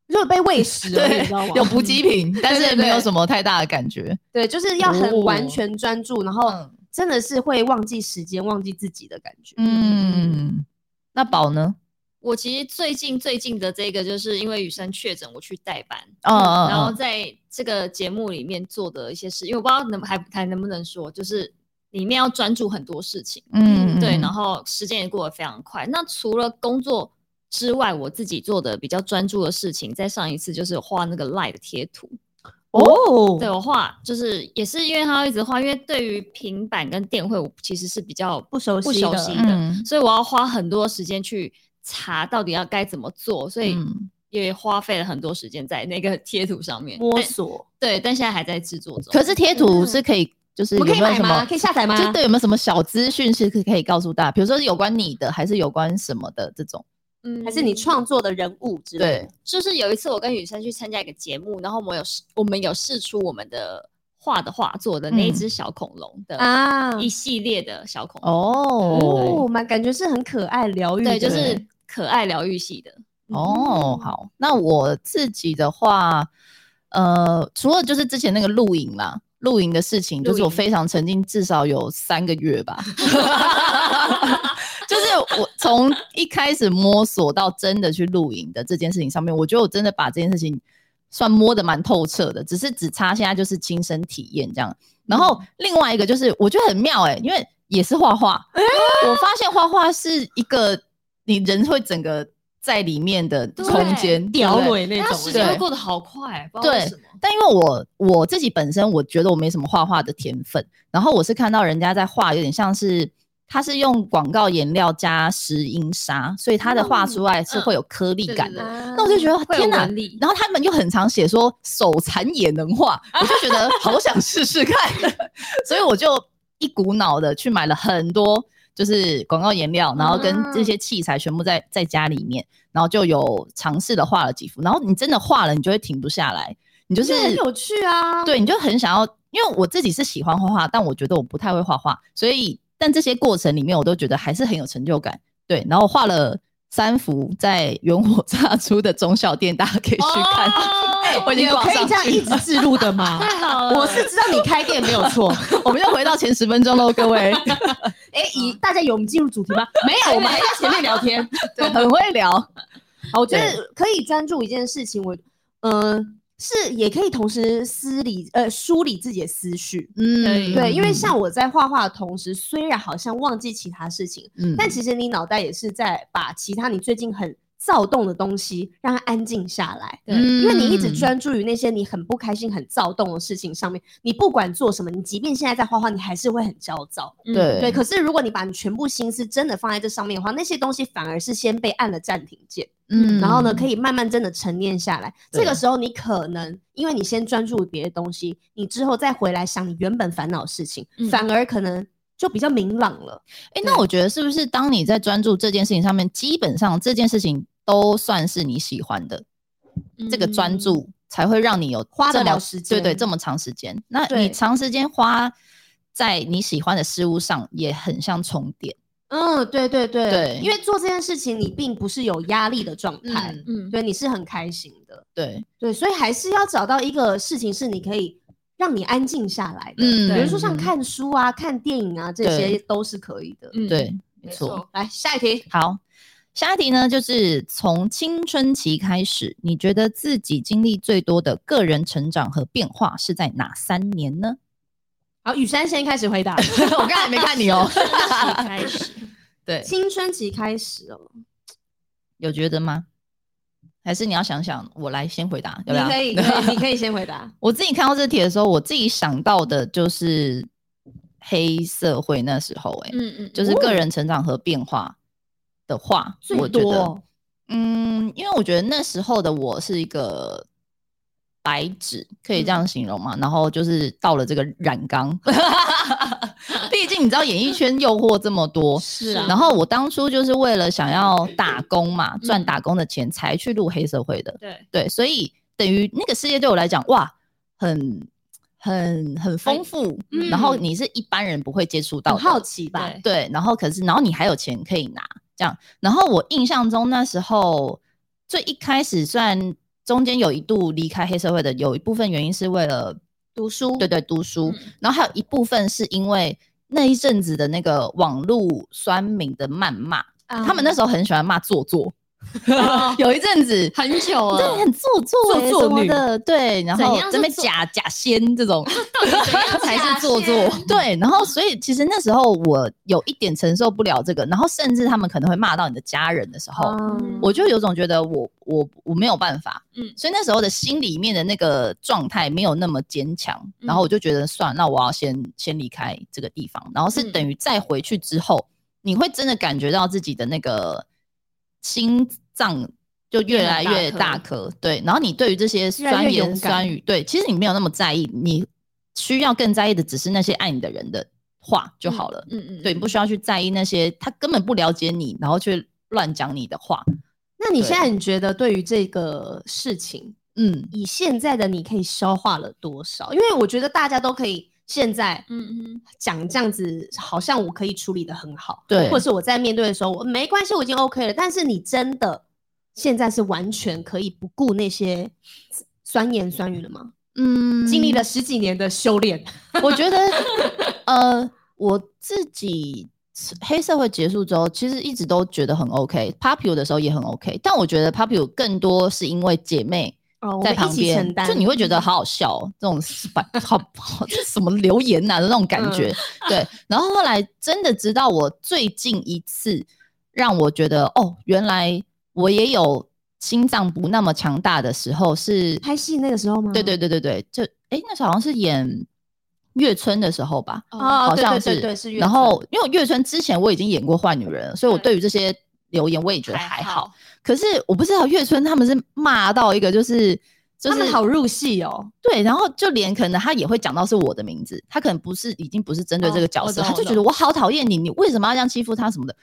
[SPEAKER 1] 就是被喂食了，你知道吗？
[SPEAKER 3] 有补给品，但
[SPEAKER 1] 对
[SPEAKER 3] 是
[SPEAKER 1] 对对
[SPEAKER 3] 没有什么太大的感觉。
[SPEAKER 1] 对，就是要很完
[SPEAKER 3] 哦
[SPEAKER 1] 全专注，然后
[SPEAKER 3] 嗯
[SPEAKER 1] 真的是会忘记时间、忘记自己的感觉。
[SPEAKER 3] 嗯，那宝呢？
[SPEAKER 2] 我其实最近最近的这个，就是因为雨珊确诊，我去代班，
[SPEAKER 1] 哦
[SPEAKER 3] 嗯嗯
[SPEAKER 2] 然后
[SPEAKER 3] 嗯
[SPEAKER 2] 在这个节目里面做的一些事，因为我不知道能还还能不能说，就是里面要专注很多事情，
[SPEAKER 3] 嗯，
[SPEAKER 2] 对，
[SPEAKER 3] 嗯
[SPEAKER 2] 然后时间也过得非常快。那除了工作之外，我自己做的比较专注的事情，在上一次就是画那个 l i 的贴图，
[SPEAKER 1] 哦
[SPEAKER 2] 对我画就是也是因为他要一直画，因为对于平板跟电绘，我其实是比较
[SPEAKER 1] 不熟悉
[SPEAKER 2] 不熟
[SPEAKER 1] 的
[SPEAKER 2] 悉的，
[SPEAKER 3] 嗯
[SPEAKER 2] 所以我要花很多时间去查到底要该怎么做，所以
[SPEAKER 3] 嗯
[SPEAKER 2] 也花费了很多时间在那个贴图上面
[SPEAKER 1] 摸
[SPEAKER 2] 但
[SPEAKER 1] 索。
[SPEAKER 2] 对，但现在还在制作中。
[SPEAKER 3] 可是贴图是可以，就是
[SPEAKER 1] 嗯我们
[SPEAKER 3] 有
[SPEAKER 1] 可以
[SPEAKER 3] 没有
[SPEAKER 1] 买
[SPEAKER 3] 什
[SPEAKER 1] 吗？
[SPEAKER 3] 么
[SPEAKER 1] 可？以下载吗？
[SPEAKER 3] 就对，有没有什么小资讯是可可以告诉大家？比如说是有关你的，还是有关什么的这种？
[SPEAKER 2] 嗯
[SPEAKER 1] 还是你创作的人物之类的？
[SPEAKER 3] 对，
[SPEAKER 2] 就是有一次我跟雨珊去参加一个节目，然后我们有试我们有试出我们的画的画作的那一
[SPEAKER 3] 嗯
[SPEAKER 2] 只小恐龙的
[SPEAKER 1] 啊，
[SPEAKER 2] 一系列的小恐龙，
[SPEAKER 3] 哦
[SPEAKER 1] 哦，蛮感觉是很可爱疗愈的，嗯
[SPEAKER 2] 对，就是可爱疗愈系的。
[SPEAKER 3] 哦，好，那我自己的话，呃，除了就是之前那个露营啦，露营的事情，就是
[SPEAKER 2] 露
[SPEAKER 3] 我
[SPEAKER 2] 营
[SPEAKER 3] 非常沉浸，至少有三个月吧。 就是我从一开始摸索到真的去露营的这件事情上面，我觉得我真的把这件事情算摸得蛮透彻的，只是只差现在就是亲身体验这样。然后
[SPEAKER 2] 嗯
[SPEAKER 3] 另外一个就是我觉得很妙哎、因为也是画画，
[SPEAKER 2] 哎
[SPEAKER 3] 我发现画画是一个你人会整个在里面的
[SPEAKER 2] 对
[SPEAKER 3] 空间，对
[SPEAKER 1] 屌
[SPEAKER 3] 嗯不对
[SPEAKER 1] 尾那
[SPEAKER 2] 但它
[SPEAKER 1] 种
[SPEAKER 2] 时
[SPEAKER 1] 欸，
[SPEAKER 2] 间会
[SPEAKER 3] 对
[SPEAKER 2] 过得好快，不知道为
[SPEAKER 3] 对
[SPEAKER 2] 什么。
[SPEAKER 3] 但因为我我自己本身我觉得我没什么画画的天分，然后我是看到人家在画，有点像是他是用广告颜料加石英砂，所以它的画出来是会有颗粒感的。
[SPEAKER 2] 嗯对
[SPEAKER 3] 那我就觉得
[SPEAKER 2] 会有
[SPEAKER 3] 天哪
[SPEAKER 2] 纹！理，
[SPEAKER 3] 然后他们又很常写说手残也能画，我就觉得好想试试看， 所以我就一股脑的去买了很多，就是广告颜料，然后跟这些器材全部在在家里面，然后就有尝试的画了几幅，然后你真的画了，你就会停不下来，你就
[SPEAKER 1] 就是很有趣啊。
[SPEAKER 3] 对，你就很想要，因为我自己是喜欢画画，但我觉得我不太会画画，所以但这些过程里面，我都觉得还是很有成就感。对，然后我画了三幅在元火炸出的中小店，大家可以去看。 我已
[SPEAKER 1] 你
[SPEAKER 3] 经
[SPEAKER 1] 哦有
[SPEAKER 3] 挂
[SPEAKER 1] 可以
[SPEAKER 3] 上
[SPEAKER 1] 这样一
[SPEAKER 3] 去
[SPEAKER 1] 直
[SPEAKER 3] 了，
[SPEAKER 1] 自录的吗？
[SPEAKER 2] 哦太好了，
[SPEAKER 1] 我是知道你开店没有 错，
[SPEAKER 3] 我们就回到前十分钟喽，各位，
[SPEAKER 1] 哎，以大家有我们进入主题吗？ 没有，我们还在前面聊天。
[SPEAKER 3] 对，很会聊。
[SPEAKER 1] 好，我觉得可以专注一件事情，我嗯、是也可以同时梳理呃梳理自己的思绪。
[SPEAKER 3] 嗯
[SPEAKER 1] 对，因为像我在画画的同时，虽然好像忘记其他事情，
[SPEAKER 3] 嗯
[SPEAKER 1] 但其实你脑袋也是在把其他你最近很躁动的东西让它安静下来。
[SPEAKER 2] 对
[SPEAKER 1] 因为你一直
[SPEAKER 3] 嗯
[SPEAKER 1] 专注于那些你很不开心、很躁动的事情上面，你不管做什么，你即便现在在画画，你还是会很焦躁。
[SPEAKER 2] 嗯
[SPEAKER 3] 对
[SPEAKER 1] 对，可是如果你把你全部心思真的放在这上面的话，那些东西反而是先被按了暂停键，
[SPEAKER 3] 嗯
[SPEAKER 1] 然后呢，可以慢慢真的沉淀下来。这
[SPEAKER 3] 对
[SPEAKER 1] 个时候你可能因为你先专注于别的东西，你之后再回来想你原本烦恼的事情，
[SPEAKER 2] 嗯
[SPEAKER 1] 反而可能就比较明朗了。
[SPEAKER 3] 哎、那我觉得是不是当你在专注这件事情上面，基本上这件事情都算是你喜欢的，这个专
[SPEAKER 2] 嗯
[SPEAKER 3] 注才会让你有
[SPEAKER 1] 花
[SPEAKER 3] 这
[SPEAKER 1] 得
[SPEAKER 3] 么
[SPEAKER 1] 了时
[SPEAKER 3] 对对，
[SPEAKER 1] 间
[SPEAKER 3] 这么长时间。那
[SPEAKER 1] 对
[SPEAKER 3] 你长时间花在你喜欢的事物上，也很像充电。
[SPEAKER 1] 嗯，对对对，
[SPEAKER 3] 对
[SPEAKER 1] 因为做这件事情你并不是有压力的状态，
[SPEAKER 3] 嗯
[SPEAKER 2] 嗯，
[SPEAKER 1] 对，你是很开心的，
[SPEAKER 3] 对，
[SPEAKER 1] 对，所以还是要找到一个事情是你可以让你安静下来的，
[SPEAKER 3] 嗯
[SPEAKER 1] 比如说像
[SPEAKER 3] 嗯
[SPEAKER 1] 看书啊、看电影啊，这些
[SPEAKER 3] 对
[SPEAKER 1] 都是可以的。
[SPEAKER 2] 嗯，
[SPEAKER 3] 对，没
[SPEAKER 2] 没
[SPEAKER 3] 错。
[SPEAKER 2] 错，
[SPEAKER 1] 来下一题，
[SPEAKER 3] 好，下一题呢，就是从青春期开始，你觉得自己经历最多的个人成长和变化是在哪三年呢？
[SPEAKER 1] 好，雨珊先开始回答。
[SPEAKER 3] 我刚才没看 你哦。
[SPEAKER 2] 开始，
[SPEAKER 3] 对，
[SPEAKER 1] 青春期开始哦，
[SPEAKER 3] 有觉得吗？还是你要想想，我来先回答，
[SPEAKER 1] 你
[SPEAKER 3] 要不要？
[SPEAKER 1] 可以，你可以，你可以先回 答。
[SPEAKER 3] 我自己看到这题的时候，我自己想到的就是黑社会那时候、欸，
[SPEAKER 2] 嗯嗯，
[SPEAKER 3] 就是个人成长和变化的话，
[SPEAKER 1] 哦最
[SPEAKER 3] 我觉
[SPEAKER 1] 多
[SPEAKER 3] 得
[SPEAKER 1] 哦，
[SPEAKER 3] 嗯，因为我觉得那时候的我是一个白纸，可
[SPEAKER 1] 嗯
[SPEAKER 3] 以这样形容嘛。然后就是到了这个染缸， 毕竟你知道演艺圈诱惑这么多，
[SPEAKER 1] 是
[SPEAKER 2] 啊
[SPEAKER 3] 然后我当初就是为了想要打工嘛，赚
[SPEAKER 2] 嗯
[SPEAKER 3] 打工的钱才去入黑社会的。
[SPEAKER 2] 对，
[SPEAKER 3] 对，所以等于那个世界对我来讲，哇，很很很丰富、
[SPEAKER 2] 嗯
[SPEAKER 3] 然后你是一般人不会接触到
[SPEAKER 1] 很
[SPEAKER 3] 的，
[SPEAKER 1] 好奇吧？
[SPEAKER 2] 对
[SPEAKER 3] 对，然后可是然后你还有钱可以拿，这样。然后我印象中那时候最一开始虽然中间有一度离开黑社会的，有一部分原因是为了
[SPEAKER 1] 读书，
[SPEAKER 3] 对对读书、
[SPEAKER 2] 嗯
[SPEAKER 3] 然后还有一部分是因为那一阵子的那个网络酸民的谩骂、
[SPEAKER 2] 嗯
[SPEAKER 3] 他们那时候很喜欢骂做作， 有一阵 子
[SPEAKER 2] 很久
[SPEAKER 3] 对，
[SPEAKER 2] 了，
[SPEAKER 3] 很做作、
[SPEAKER 1] 做
[SPEAKER 3] 欸、什
[SPEAKER 1] 作
[SPEAKER 3] 么
[SPEAKER 1] 女
[SPEAKER 3] 的，对，然
[SPEAKER 2] 怎
[SPEAKER 3] 后
[SPEAKER 2] 样
[SPEAKER 3] 这
[SPEAKER 2] 是
[SPEAKER 3] 边
[SPEAKER 2] 做
[SPEAKER 3] 假假仙这种，
[SPEAKER 2] 到底 怎样才是做作？
[SPEAKER 3] 对，然后所以其实那时候我有一点承受不了这个，然后甚至他们可能会骂到你的家人的时候，
[SPEAKER 1] 嗯
[SPEAKER 3] 我就有种觉得我我我没有办法，
[SPEAKER 2] 嗯
[SPEAKER 3] 所以那时候的心里面的那个状态没有那么坚强，然后我就觉得算，那我要先先离开这个地方，然后是
[SPEAKER 2] 嗯
[SPEAKER 3] 等于再回去之后，你会真的感觉到自己的那个心脏就越来越
[SPEAKER 2] 变得
[SPEAKER 3] 大
[SPEAKER 2] 大
[SPEAKER 3] 颗，对，然后你对于这些
[SPEAKER 1] 越来越
[SPEAKER 3] 酸言
[SPEAKER 1] 勇敢
[SPEAKER 3] 酸语，对，其实你没有那么在意，你需要更在意的只是那些爱你的人的话就好了，
[SPEAKER 2] 嗯嗯，
[SPEAKER 3] 对，你不需要去在意那些他根本不了解你，然后却乱讲你的话。
[SPEAKER 1] 那你
[SPEAKER 3] 对
[SPEAKER 1] 现在你觉得对于这个事情，
[SPEAKER 3] 嗯，
[SPEAKER 1] 以现在的你可以消化了多少？因为我觉得大家都可以现在
[SPEAKER 2] 嗯嗯，
[SPEAKER 1] 讲这样子，好像我可以处理的很好，
[SPEAKER 3] 对
[SPEAKER 1] 或者是我在面对的时候，我没关系，我已经 OK 了。但是你真的现在是完全可以不顾那些酸言酸语了吗？
[SPEAKER 3] 嗯
[SPEAKER 1] 经历了十几年的修炼，
[SPEAKER 3] 我觉得，呃，我自己黑社会结束之后，其实一直都觉得很 OK，Popular、的时候也很 OK，但我觉得 Popular 更多是因为姐妹
[SPEAKER 1] 哦，我
[SPEAKER 3] 在
[SPEAKER 1] 们一
[SPEAKER 3] 旁
[SPEAKER 1] 起承
[SPEAKER 3] 边，
[SPEAKER 1] 担，嗯
[SPEAKER 3] 就你会觉得好好笑、哦，这种是吧好 好这什么留言呐、的那种感觉。
[SPEAKER 1] 嗯
[SPEAKER 3] 对，然后后来真的直到我最近一次让我觉得，哦，原来我也有心脏不那么强大的时候是
[SPEAKER 1] 拍戏那个时候吗？
[SPEAKER 3] 对对对对对，就哎、那时候好像是演月春的时候吧，
[SPEAKER 1] 哦，
[SPEAKER 3] 好
[SPEAKER 1] 对
[SPEAKER 3] 像
[SPEAKER 1] 对
[SPEAKER 3] 是。
[SPEAKER 1] 对对，是月嗯
[SPEAKER 3] 然
[SPEAKER 1] 份
[SPEAKER 3] 后因为月春之前我已经演过坏女人了，所以我
[SPEAKER 2] 对
[SPEAKER 3] 对于这些留言我也觉得还
[SPEAKER 2] 还
[SPEAKER 3] 好。
[SPEAKER 2] 好，
[SPEAKER 3] 可是我不知道月春他们是骂到一个就是。就
[SPEAKER 1] 他
[SPEAKER 3] 是
[SPEAKER 1] 们好入戏哦，
[SPEAKER 3] 对，然后就连可能他也会讲到是我的名字，他可能不是已经不是针对这
[SPEAKER 2] 哦
[SPEAKER 3] 个角
[SPEAKER 2] 我
[SPEAKER 3] 色，
[SPEAKER 2] 懂
[SPEAKER 3] 他
[SPEAKER 2] 我
[SPEAKER 3] 就觉得
[SPEAKER 2] 懂
[SPEAKER 3] 我好讨厌你，你为什么要这样欺负他什么的。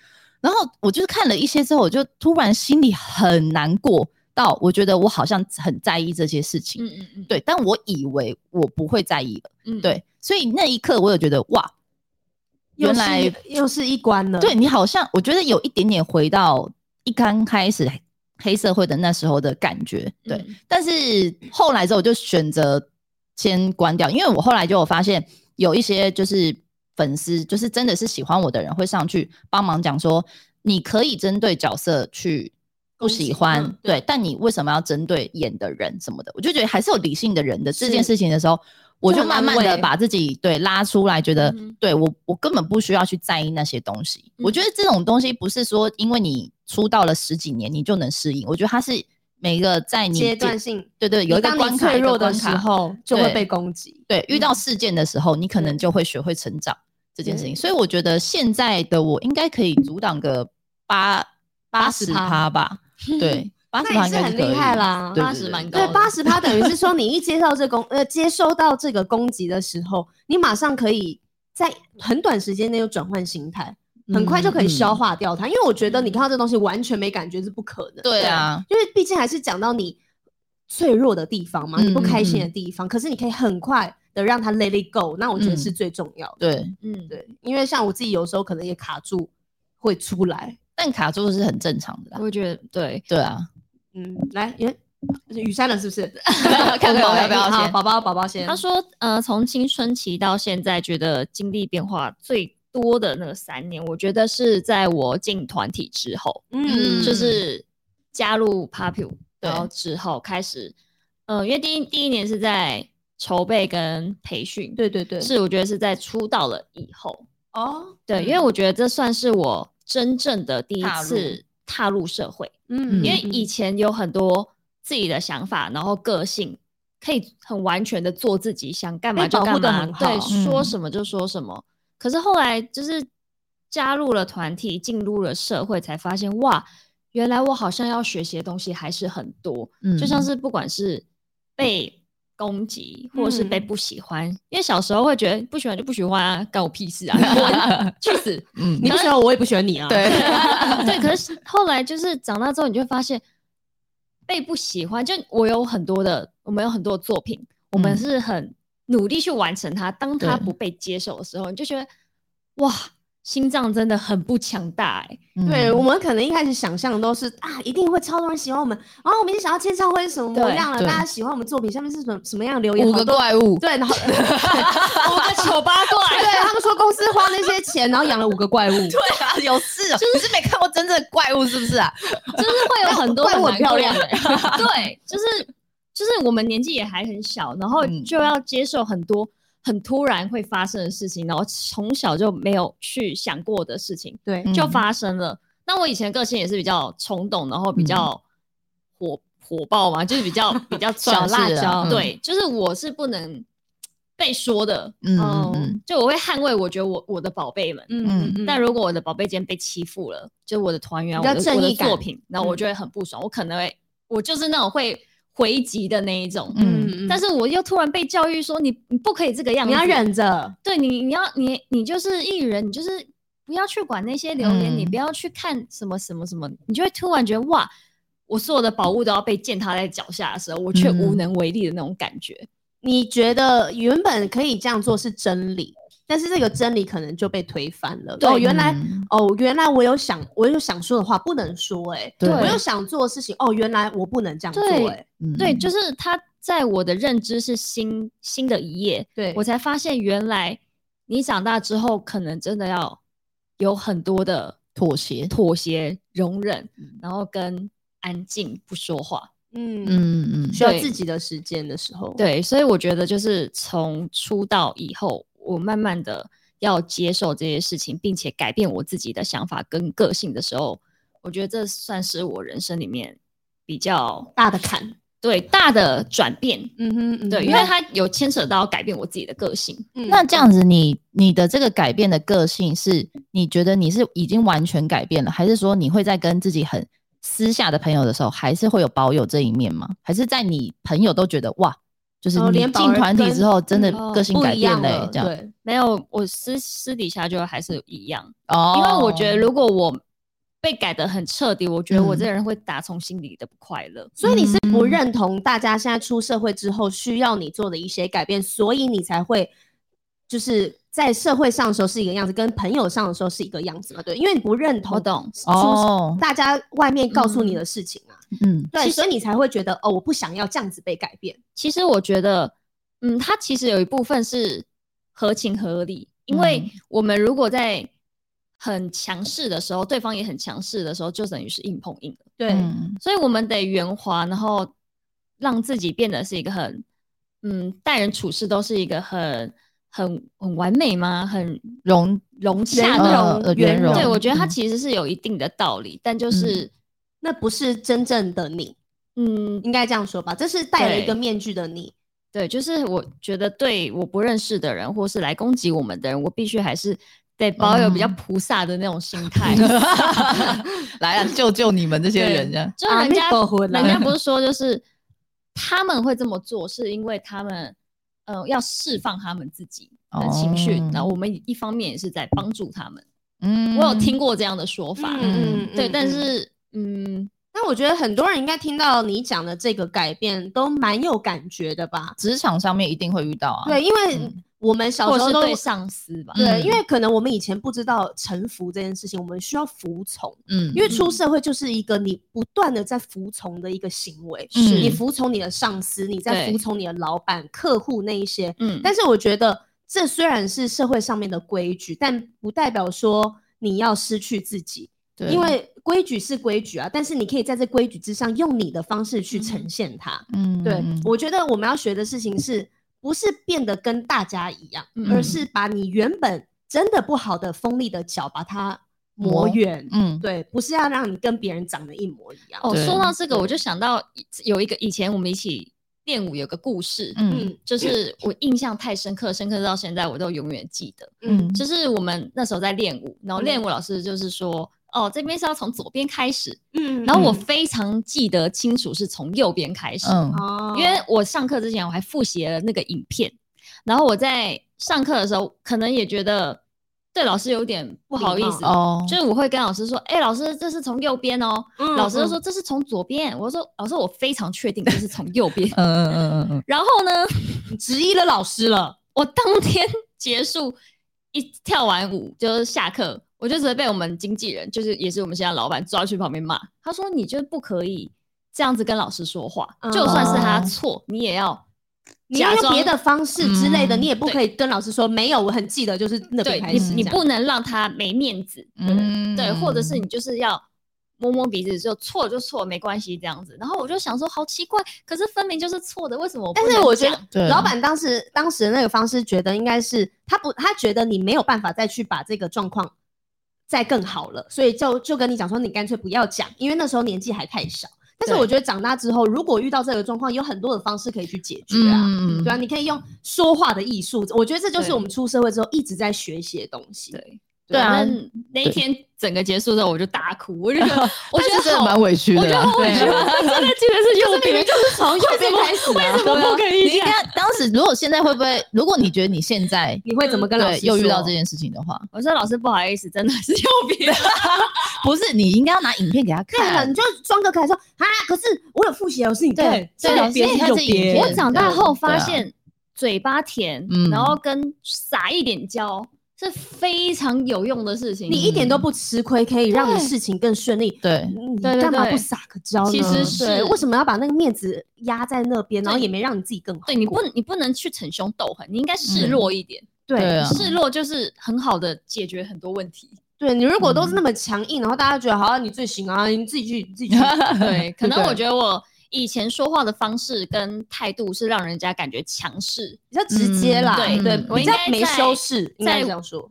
[SPEAKER 3] 然后我就是看了一些之后，我就突然心里很难过，到我觉得我好像很在意这些事情。
[SPEAKER 2] 嗯嗯嗯，
[SPEAKER 3] 对，但我以为我不会在意了，
[SPEAKER 2] 嗯，
[SPEAKER 3] 对，所以那一刻我有觉得哇，
[SPEAKER 1] 又
[SPEAKER 3] 原
[SPEAKER 1] 是
[SPEAKER 3] 来
[SPEAKER 1] 又是一关了，
[SPEAKER 3] 对你好像我觉得有一点点回到一刚开始黑社会的那时候的感觉，对。
[SPEAKER 2] 嗯，
[SPEAKER 3] 但是后来之后我就选择先关掉，因为我后来就有发现有一些就是粉丝，就是真的是喜欢我的人会上去帮忙讲说，你可以针对角色去不
[SPEAKER 2] 攻击
[SPEAKER 3] 喜欢，
[SPEAKER 2] 嗯
[SPEAKER 3] 对，但你为什么要针对演的人什么的？我就觉得还是有理性的人的这
[SPEAKER 1] 是
[SPEAKER 3] 件事情的时候。我
[SPEAKER 1] 就
[SPEAKER 3] 就
[SPEAKER 1] 很
[SPEAKER 3] 慢
[SPEAKER 1] 安
[SPEAKER 3] 慢的
[SPEAKER 1] 慰
[SPEAKER 3] 把自己对拉出来，觉得、
[SPEAKER 2] 嗯哼
[SPEAKER 3] 对我我根本不需要去在意那些东西。我
[SPEAKER 1] 嗯
[SPEAKER 3] 觉得这种东西不是说因为你出道了十几年你就能适应，我觉得它是每一个在你
[SPEAKER 1] 阶
[SPEAKER 3] 接
[SPEAKER 1] 段性。
[SPEAKER 3] 对对，有一个
[SPEAKER 1] 当
[SPEAKER 3] 关
[SPEAKER 1] 你
[SPEAKER 3] 卡
[SPEAKER 1] 脆
[SPEAKER 3] 一个
[SPEAKER 1] 弱的
[SPEAKER 3] 关
[SPEAKER 1] 时
[SPEAKER 3] 卡
[SPEAKER 1] 候，就会
[SPEAKER 3] 对
[SPEAKER 1] 被攻击。
[SPEAKER 3] 对，遇到
[SPEAKER 1] 嗯
[SPEAKER 3] 事件的时候，你可能
[SPEAKER 1] 对
[SPEAKER 3] 就会学会成长这件事情。
[SPEAKER 1] 对
[SPEAKER 3] 所以我觉得现在的我应该可以阻挡个八八十
[SPEAKER 1] 80%
[SPEAKER 3] 趴吧，对， 八十
[SPEAKER 1] 那
[SPEAKER 3] 趴
[SPEAKER 1] 也
[SPEAKER 3] 应
[SPEAKER 1] 是
[SPEAKER 3] 该
[SPEAKER 1] 很
[SPEAKER 3] 可
[SPEAKER 1] 厉害
[SPEAKER 3] 以
[SPEAKER 1] 啦
[SPEAKER 3] 对
[SPEAKER 2] 80
[SPEAKER 3] 对对
[SPEAKER 2] 蛮高
[SPEAKER 1] 对
[SPEAKER 2] 的，
[SPEAKER 1] 八十趴等于是说，你一接到这攻 呃接收到这个攻击的时候，你马上可以在很短时间内就转换心态，
[SPEAKER 3] 嗯
[SPEAKER 1] 很快就可以消。化掉它。因为我觉得你看到这东西完全没感觉是不可能。
[SPEAKER 3] 对，啊，
[SPEAKER 1] 因为毕竟还是讲到你脆弱的地方嘛，
[SPEAKER 3] 嗯
[SPEAKER 1] 你不开心的地方，可是你可以很快的让它 let it go，那我
[SPEAKER 3] 嗯
[SPEAKER 1] 觉得是最重要的。
[SPEAKER 3] 对，
[SPEAKER 2] 嗯，
[SPEAKER 1] 对，因为像我自己有时候可能也卡住会出来。
[SPEAKER 3] 但卡住是很正常的啦。
[SPEAKER 2] 我觉得对，
[SPEAKER 3] 对啊，
[SPEAKER 1] 嗯，来，也雨珊了是不是？
[SPEAKER 3] 看宝宝要不要
[SPEAKER 1] 好
[SPEAKER 3] 先
[SPEAKER 1] 宝宝宝宝先。
[SPEAKER 2] 他说，呃，从青春期到现在，觉得经历变化最多的那三年，我觉得是在我进团体之后，
[SPEAKER 1] 嗯，
[SPEAKER 2] 就
[SPEAKER 3] 嗯
[SPEAKER 2] 是加入 Papu，
[SPEAKER 3] 对
[SPEAKER 2] 然后之后开始，呃，因为第一第一年是在筹备跟培训，，
[SPEAKER 1] 对对对，
[SPEAKER 2] 是我觉得是在出道了以后，
[SPEAKER 1] 哦，
[SPEAKER 2] 对，因为我觉得这算是我真正的第一
[SPEAKER 3] 踏入
[SPEAKER 2] 次踏入社会，
[SPEAKER 1] 嗯
[SPEAKER 2] 因为以前有很多自己的想法，然后个性可以很完全的做自己，想干嘛
[SPEAKER 1] 被
[SPEAKER 2] 就
[SPEAKER 1] 保护
[SPEAKER 2] 干
[SPEAKER 1] 得
[SPEAKER 2] 嘛，
[SPEAKER 1] 很好
[SPEAKER 2] 对，说
[SPEAKER 3] 嗯
[SPEAKER 2] 什么就说什么。可是后来就是加入了团体，进入了社会，才发现哇，原来我好像要学习的东西还是很多，
[SPEAKER 3] 嗯
[SPEAKER 2] 就像是不管是被。攻击，或是被
[SPEAKER 1] 嗯
[SPEAKER 2] 不喜欢，因为小时候会觉得不喜欢就不喜欢啊，干我屁事啊， 滚去死！
[SPEAKER 3] 嗯
[SPEAKER 1] 你不喜欢我，我也不喜欢你啊。
[SPEAKER 3] 对
[SPEAKER 2] 对，可是后来就是长大之后，你就会发现被不喜欢。就我有很多的，我们有很多的作品，我们
[SPEAKER 3] 嗯
[SPEAKER 2] 是很努力去完成它。当它
[SPEAKER 3] 对
[SPEAKER 2] 不被接受的时候，你就觉得哇，心脏真的很不强大哎、
[SPEAKER 3] 嗯
[SPEAKER 1] 对，我们可能一开始想象的都是啊，一定会超多人喜欢我们，然后我们就想要签唱会是什么模
[SPEAKER 2] 对
[SPEAKER 1] 样了，啊
[SPEAKER 3] 对
[SPEAKER 1] 大家喜欢我们作品，下面是什么什么样的留言，
[SPEAKER 3] 五
[SPEAKER 1] 好
[SPEAKER 3] 个
[SPEAKER 1] 多
[SPEAKER 3] 怪 物，
[SPEAKER 1] 对， 然后五个啊丑八怪，对他们说公司花那些钱，然后养了五个怪 物，
[SPEAKER 3] 对啊，有事哦，你是没看过真正的怪物是不是啊？
[SPEAKER 2] 就是会有很多
[SPEAKER 1] 怪物
[SPEAKER 2] 很
[SPEAKER 1] 很漂亮
[SPEAKER 2] 难过的 对，就是就是我们年纪也还很小，然后
[SPEAKER 3] 嗯
[SPEAKER 2] 就要接受很多很突然会发生的事情，然后从小就没有去想过的事情。
[SPEAKER 1] 对
[SPEAKER 2] 就
[SPEAKER 3] 嗯
[SPEAKER 2] 发生了。那我以前个性也是比较冲动，然后
[SPEAKER 3] 嗯
[SPEAKER 2] 比较火、火爆嘛，就是比较 比较
[SPEAKER 3] 算
[SPEAKER 2] 小辣
[SPEAKER 3] 是啊
[SPEAKER 2] 椒。
[SPEAKER 3] 嗯
[SPEAKER 2] 对，就是我是不能被说的，
[SPEAKER 3] 嗯
[SPEAKER 2] 哦
[SPEAKER 3] 嗯
[SPEAKER 2] 就我会捍卫我觉得我我的宝贝们。
[SPEAKER 1] 嗯嗯，
[SPEAKER 2] 但如果我的宝贝今天被欺负了，就我的团员啊、
[SPEAKER 1] 比较
[SPEAKER 2] 我的
[SPEAKER 1] 正
[SPEAKER 2] 我的
[SPEAKER 1] 义感
[SPEAKER 2] 作品，那我
[SPEAKER 1] 嗯
[SPEAKER 2] 就会很不爽，我可能会，我就是那种会回击的那一种。
[SPEAKER 3] 嗯
[SPEAKER 2] 但是我又突然被教育说你你不可以这个样
[SPEAKER 1] 你
[SPEAKER 2] 子，
[SPEAKER 1] 要忍着，
[SPEAKER 2] 对你，你要你你就是艺人，你就是不要去管那些留言，你
[SPEAKER 3] 嗯
[SPEAKER 2] 不要去看什么什么什么，你就会突然觉得哇，我所有的宝物都要被践踏在脚下的时候，我却无
[SPEAKER 3] 嗯
[SPEAKER 2] 能为力的那种感觉。
[SPEAKER 1] 你觉得原本可以这样做是真理，但是这个真理可能就被推翻了。
[SPEAKER 2] 对
[SPEAKER 1] 哦，原来、
[SPEAKER 3] 嗯
[SPEAKER 1] 哦，原来我有想，我有想说的话不能说、欸，
[SPEAKER 3] 对
[SPEAKER 1] 我有想做的事情，哦，原来我不能这样做、
[SPEAKER 2] 对
[SPEAKER 1] 欸，
[SPEAKER 3] 嗯
[SPEAKER 2] 对，就是它在我的认知是新新的一页，
[SPEAKER 1] 对
[SPEAKER 2] 我才发现原来你长大之后可能真的要有很多的
[SPEAKER 3] 妥协。
[SPEAKER 2] 妥协、容忍，然后跟安静不说话。
[SPEAKER 1] 嗯嗯，
[SPEAKER 3] 嗯嗯
[SPEAKER 1] 需要
[SPEAKER 2] 对
[SPEAKER 1] 自己的时间的时候，，
[SPEAKER 2] 对，所以我觉得就是从出道以后，我慢慢的要接受这些事情，并且改变我自己的想法跟个性的时候，我觉得这算是我人生里面比较
[SPEAKER 1] 大的坎，
[SPEAKER 2] 对大的转变。
[SPEAKER 1] 嗯哼，嗯哼
[SPEAKER 2] 对，因为它有牵扯到改变我自己的个性。
[SPEAKER 1] 嗯
[SPEAKER 3] 那这样子你，你的这个改变的个性是，你觉得你是已经完全改变了，还是说你会在跟自己很私下的朋友的时候，还是会有保有这一面吗？还是在你朋友都觉得哇，就是
[SPEAKER 1] 哦
[SPEAKER 3] 你
[SPEAKER 1] 连保
[SPEAKER 3] 进
[SPEAKER 1] 儿
[SPEAKER 3] 团体
[SPEAKER 1] 跟
[SPEAKER 3] 之后，真的
[SPEAKER 2] 嗯哦
[SPEAKER 3] 个性
[SPEAKER 1] 不
[SPEAKER 3] 改
[SPEAKER 1] 一
[SPEAKER 3] 变
[SPEAKER 1] 样
[SPEAKER 3] 嘞、
[SPEAKER 1] 了，
[SPEAKER 3] 这样
[SPEAKER 1] 对，
[SPEAKER 2] 没有，我私私底下就还是一样，
[SPEAKER 3] 哦，
[SPEAKER 2] 因为我觉得如果我被改得很彻底，我觉得我这个人会打从心里的不快乐。
[SPEAKER 1] 所以你是不
[SPEAKER 3] 嗯
[SPEAKER 1] 认同大家现在出社会之后需要你做的一些改变，所以你才会就是在社会上的时候是一个样子，跟朋友上的时候是一个样子嘛？对，因为你不认同
[SPEAKER 2] 我懂，
[SPEAKER 1] 出
[SPEAKER 3] 哦
[SPEAKER 1] 大家外面告诉你的事情啊，
[SPEAKER 3] 嗯
[SPEAKER 1] 对，
[SPEAKER 2] 其实
[SPEAKER 1] 所以你才会觉得哦，我不想要这样子被改变。
[SPEAKER 2] 其实我觉得，嗯，它其实有一部分是合情合理，因为
[SPEAKER 3] 嗯
[SPEAKER 2] 我们如果在很强势的时候，对方也很强势的时候，就等于是硬碰硬的，
[SPEAKER 1] 对，
[SPEAKER 3] 嗯
[SPEAKER 2] 所以我们得圆滑，然后让自己变得是一个很，嗯，待人处事都是一个很很很完美吗？很
[SPEAKER 3] 融
[SPEAKER 2] 融
[SPEAKER 1] 圆
[SPEAKER 2] 洽
[SPEAKER 1] 融
[SPEAKER 2] 的。
[SPEAKER 3] 呃呃
[SPEAKER 1] 圆
[SPEAKER 3] 圆融，
[SPEAKER 2] 对，我觉得它
[SPEAKER 3] 嗯
[SPEAKER 2] 其实是有一定的道理，但
[SPEAKER 1] 嗯
[SPEAKER 2] 就是，
[SPEAKER 1] 那不是真正的你，
[SPEAKER 2] 嗯，
[SPEAKER 1] 应该这样说吧？这是戴了一
[SPEAKER 2] 对
[SPEAKER 1] 个面具的你。
[SPEAKER 2] 对，就是我觉得对我不认识的人，或是来攻击我们的人，我必须还是得保有比较
[SPEAKER 1] 哦
[SPEAKER 3] 嗯
[SPEAKER 2] 菩萨的那种心 态。
[SPEAKER 3] 来了，啊救救你们这些人这样。
[SPEAKER 2] 就
[SPEAKER 1] 阿
[SPEAKER 2] 人
[SPEAKER 1] 弥
[SPEAKER 2] 家，
[SPEAKER 1] 陀佛
[SPEAKER 2] 人家不是说就是他们会这么做，是因为他们呃要释放他们自己的情绪，
[SPEAKER 3] 哦
[SPEAKER 2] 然后我们一方面也是在帮助他们。
[SPEAKER 3] 嗯
[SPEAKER 2] 我有听过这样的说法，
[SPEAKER 3] 嗯
[SPEAKER 2] 对，但。
[SPEAKER 1] 嗯
[SPEAKER 2] 是嗯，
[SPEAKER 1] 那我觉得很多人应该听到你讲的这个改变，都蛮有感觉的吧？
[SPEAKER 3] 职场上面一定会遇到啊。
[SPEAKER 1] 对，，因为
[SPEAKER 3] 嗯
[SPEAKER 1] 我们小时
[SPEAKER 2] 或者
[SPEAKER 1] 候
[SPEAKER 2] 是
[SPEAKER 1] 都
[SPEAKER 2] 对上司吧，
[SPEAKER 1] 对，因
[SPEAKER 3] 嗯
[SPEAKER 1] 为可能我们以前不知道臣服这件事情，我们需要服从，
[SPEAKER 3] 嗯，
[SPEAKER 1] 因为出社会就是一个你不断的在服从的一个行为，
[SPEAKER 2] 嗯
[SPEAKER 3] 是
[SPEAKER 1] 你服从你的上司，你在服
[SPEAKER 2] 对
[SPEAKER 1] 从你的老板、客户那一些。
[SPEAKER 2] 嗯，
[SPEAKER 1] 但是我觉得这虽然是社会上面的规矩，但不代表说你要失去自己，
[SPEAKER 3] 对
[SPEAKER 1] 因为规矩是规矩啊，但是你可以在这规矩之上用你的方式去呈
[SPEAKER 2] 嗯
[SPEAKER 1] 现它。
[SPEAKER 3] 嗯
[SPEAKER 1] 对
[SPEAKER 3] 嗯，
[SPEAKER 1] 我觉得我们要学的事情是不是变得跟大家一样，而
[SPEAKER 2] 嗯
[SPEAKER 1] 是把你原本真的不好的锋利的角把它磨
[SPEAKER 3] 磨
[SPEAKER 1] 圆。
[SPEAKER 3] 嗯
[SPEAKER 1] 对，不是要让你跟别人长得一模一样。
[SPEAKER 2] 哦，
[SPEAKER 3] 对
[SPEAKER 2] 说到这个，我就想到一有一个以前我们一起练舞有个故事，
[SPEAKER 3] 嗯
[SPEAKER 1] 嗯
[SPEAKER 2] 就是我印象太深刻，深刻到现在我都永远记得。
[SPEAKER 1] 嗯
[SPEAKER 3] 嗯，
[SPEAKER 2] 就是我们那时候在练舞，然后
[SPEAKER 1] 嗯
[SPEAKER 2] 练舞老师就是说，哦，这边是要从左边开始，
[SPEAKER 1] 嗯
[SPEAKER 2] 然后我非常记得清楚是从右边开始，
[SPEAKER 3] 嗯
[SPEAKER 1] 哦
[SPEAKER 2] 因为我上课之前我还复习了那个影片，然后我在上课的时候可能也觉得对老师有点不好意
[SPEAKER 1] 礼貌
[SPEAKER 2] 思，
[SPEAKER 3] 哦，。
[SPEAKER 2] 就是我会跟老师说，哎、老师这是从右边哦，
[SPEAKER 1] 嗯
[SPEAKER 2] 老师就
[SPEAKER 1] 嗯
[SPEAKER 2] 说这是从左边，我说老师我非常确定这是从右边
[SPEAKER 3] 嗯 嗯嗯嗯嗯，
[SPEAKER 2] 然后呢，
[SPEAKER 1] 你质疑了老师了，
[SPEAKER 2] 我当天 结束一跳完舞就是下课，我就直接被我们经纪人，就是也是我们现在老板抓去旁边骂，他说你就是不可以这样子跟老师说话，
[SPEAKER 1] 嗯
[SPEAKER 2] 就算是他
[SPEAKER 3] 哦
[SPEAKER 2] 错，你也要
[SPEAKER 1] 你要
[SPEAKER 2] 假
[SPEAKER 1] 用
[SPEAKER 2] 装
[SPEAKER 1] 别的方式之类的，
[SPEAKER 3] 嗯
[SPEAKER 1] 你也不可以跟老师说没有，我很记得就是那边
[SPEAKER 2] 对
[SPEAKER 1] 开
[SPEAKER 2] 你
[SPEAKER 1] 始这样。
[SPEAKER 2] 你不能让他没面子，
[SPEAKER 3] 嗯
[SPEAKER 2] 对，或者是你就是要。摸摸鼻子，就错就错，没关系这样子。然后我就想说，好奇怪，可是分明就是错的，为什么不
[SPEAKER 1] 但
[SPEAKER 2] 能嗯
[SPEAKER 1] 是
[SPEAKER 2] 讲？
[SPEAKER 1] 我觉得
[SPEAKER 3] 对
[SPEAKER 1] 老板当时当时那个方式，觉得应该是他不，他觉得你没有办法再去把这个状况再更好了，所以就就跟你讲说，你干脆不要讲，因为那时候年纪还太小。但是
[SPEAKER 2] 对
[SPEAKER 1] 我觉得长大之后，如果遇到这个状况，有很多的方式可以去解决啊，
[SPEAKER 3] 嗯嗯嗯
[SPEAKER 1] 对啊，你可以用说话的艺术，我觉得这就是
[SPEAKER 2] 对
[SPEAKER 1] 我们出社会之后一直在学习的东西。
[SPEAKER 2] 对，
[SPEAKER 3] 对啊
[SPEAKER 2] 反正那一天整个结束之后，我就大哭，我就 觉得，我
[SPEAKER 3] 但
[SPEAKER 2] 觉
[SPEAKER 3] 是
[SPEAKER 2] 得
[SPEAKER 3] 真的
[SPEAKER 2] 好
[SPEAKER 3] 蛮委屈
[SPEAKER 2] 我
[SPEAKER 3] 的啊
[SPEAKER 2] 觉得
[SPEAKER 3] 啦。
[SPEAKER 2] 好委屈，真的记得 是右边，
[SPEAKER 1] 就是从右边开始、啊，为什
[SPEAKER 2] 怎么不可
[SPEAKER 3] 你
[SPEAKER 2] 以
[SPEAKER 3] 应
[SPEAKER 2] 讲？
[SPEAKER 3] 该当时如果现在会不会？如果你觉得你现在
[SPEAKER 1] 你会怎么跟老
[SPEAKER 3] 对
[SPEAKER 1] 师
[SPEAKER 3] 又遇到
[SPEAKER 1] 说
[SPEAKER 3] 这件事情的话，
[SPEAKER 2] 我说老师不好意思，真的是右边。
[SPEAKER 3] 不是你应该要拿影片给他
[SPEAKER 1] 对啊了，
[SPEAKER 3] 看
[SPEAKER 1] 你。就装个可爱说啊，可是我有复习啊，我是你看
[SPEAKER 2] 对，
[SPEAKER 1] 所以
[SPEAKER 2] 对
[SPEAKER 1] 老师
[SPEAKER 2] 所以
[SPEAKER 1] 是
[SPEAKER 3] 看
[SPEAKER 1] 有
[SPEAKER 3] 这影
[SPEAKER 1] 别
[SPEAKER 3] 片
[SPEAKER 2] 我长大后发
[SPEAKER 3] 对啊
[SPEAKER 2] 现，嘴巴甜，
[SPEAKER 3] 嗯
[SPEAKER 2] 然后跟撒一点娇是非常有用的事情。
[SPEAKER 1] 你一点都不吃亏，可以让你事情更顺利。
[SPEAKER 3] 对，
[SPEAKER 1] 嗯你
[SPEAKER 2] 对对
[SPEAKER 1] 干嘛
[SPEAKER 2] 对
[SPEAKER 1] 不撒个娇呢？
[SPEAKER 2] 其实是
[SPEAKER 1] 对为什么要把那个面子压在那边，然后
[SPEAKER 2] 对
[SPEAKER 1] 也没让你自己更好过？
[SPEAKER 2] 对你不你不能去逞凶斗狠，你应该示
[SPEAKER 3] 嗯
[SPEAKER 2] 弱一点。
[SPEAKER 3] 对
[SPEAKER 1] 对
[SPEAKER 3] 啊
[SPEAKER 2] 示弱就是很好的解决很多问 题。
[SPEAKER 1] 对，你如果都是那么强硬，然后大家觉得好啊，你最行啊，你自己去，你自己 去。
[SPEAKER 2] 对，可能
[SPEAKER 1] 对
[SPEAKER 2] 我觉得我以前说话的方式跟态度是让人家感觉强势、
[SPEAKER 1] 比较直接啦，
[SPEAKER 2] 嗯
[SPEAKER 1] 对，
[SPEAKER 3] 对
[SPEAKER 2] 我
[SPEAKER 1] 比
[SPEAKER 2] 应
[SPEAKER 1] 较
[SPEAKER 2] 该
[SPEAKER 1] 没
[SPEAKER 2] 在
[SPEAKER 1] 修饰，应该
[SPEAKER 2] 在
[SPEAKER 1] 这样说。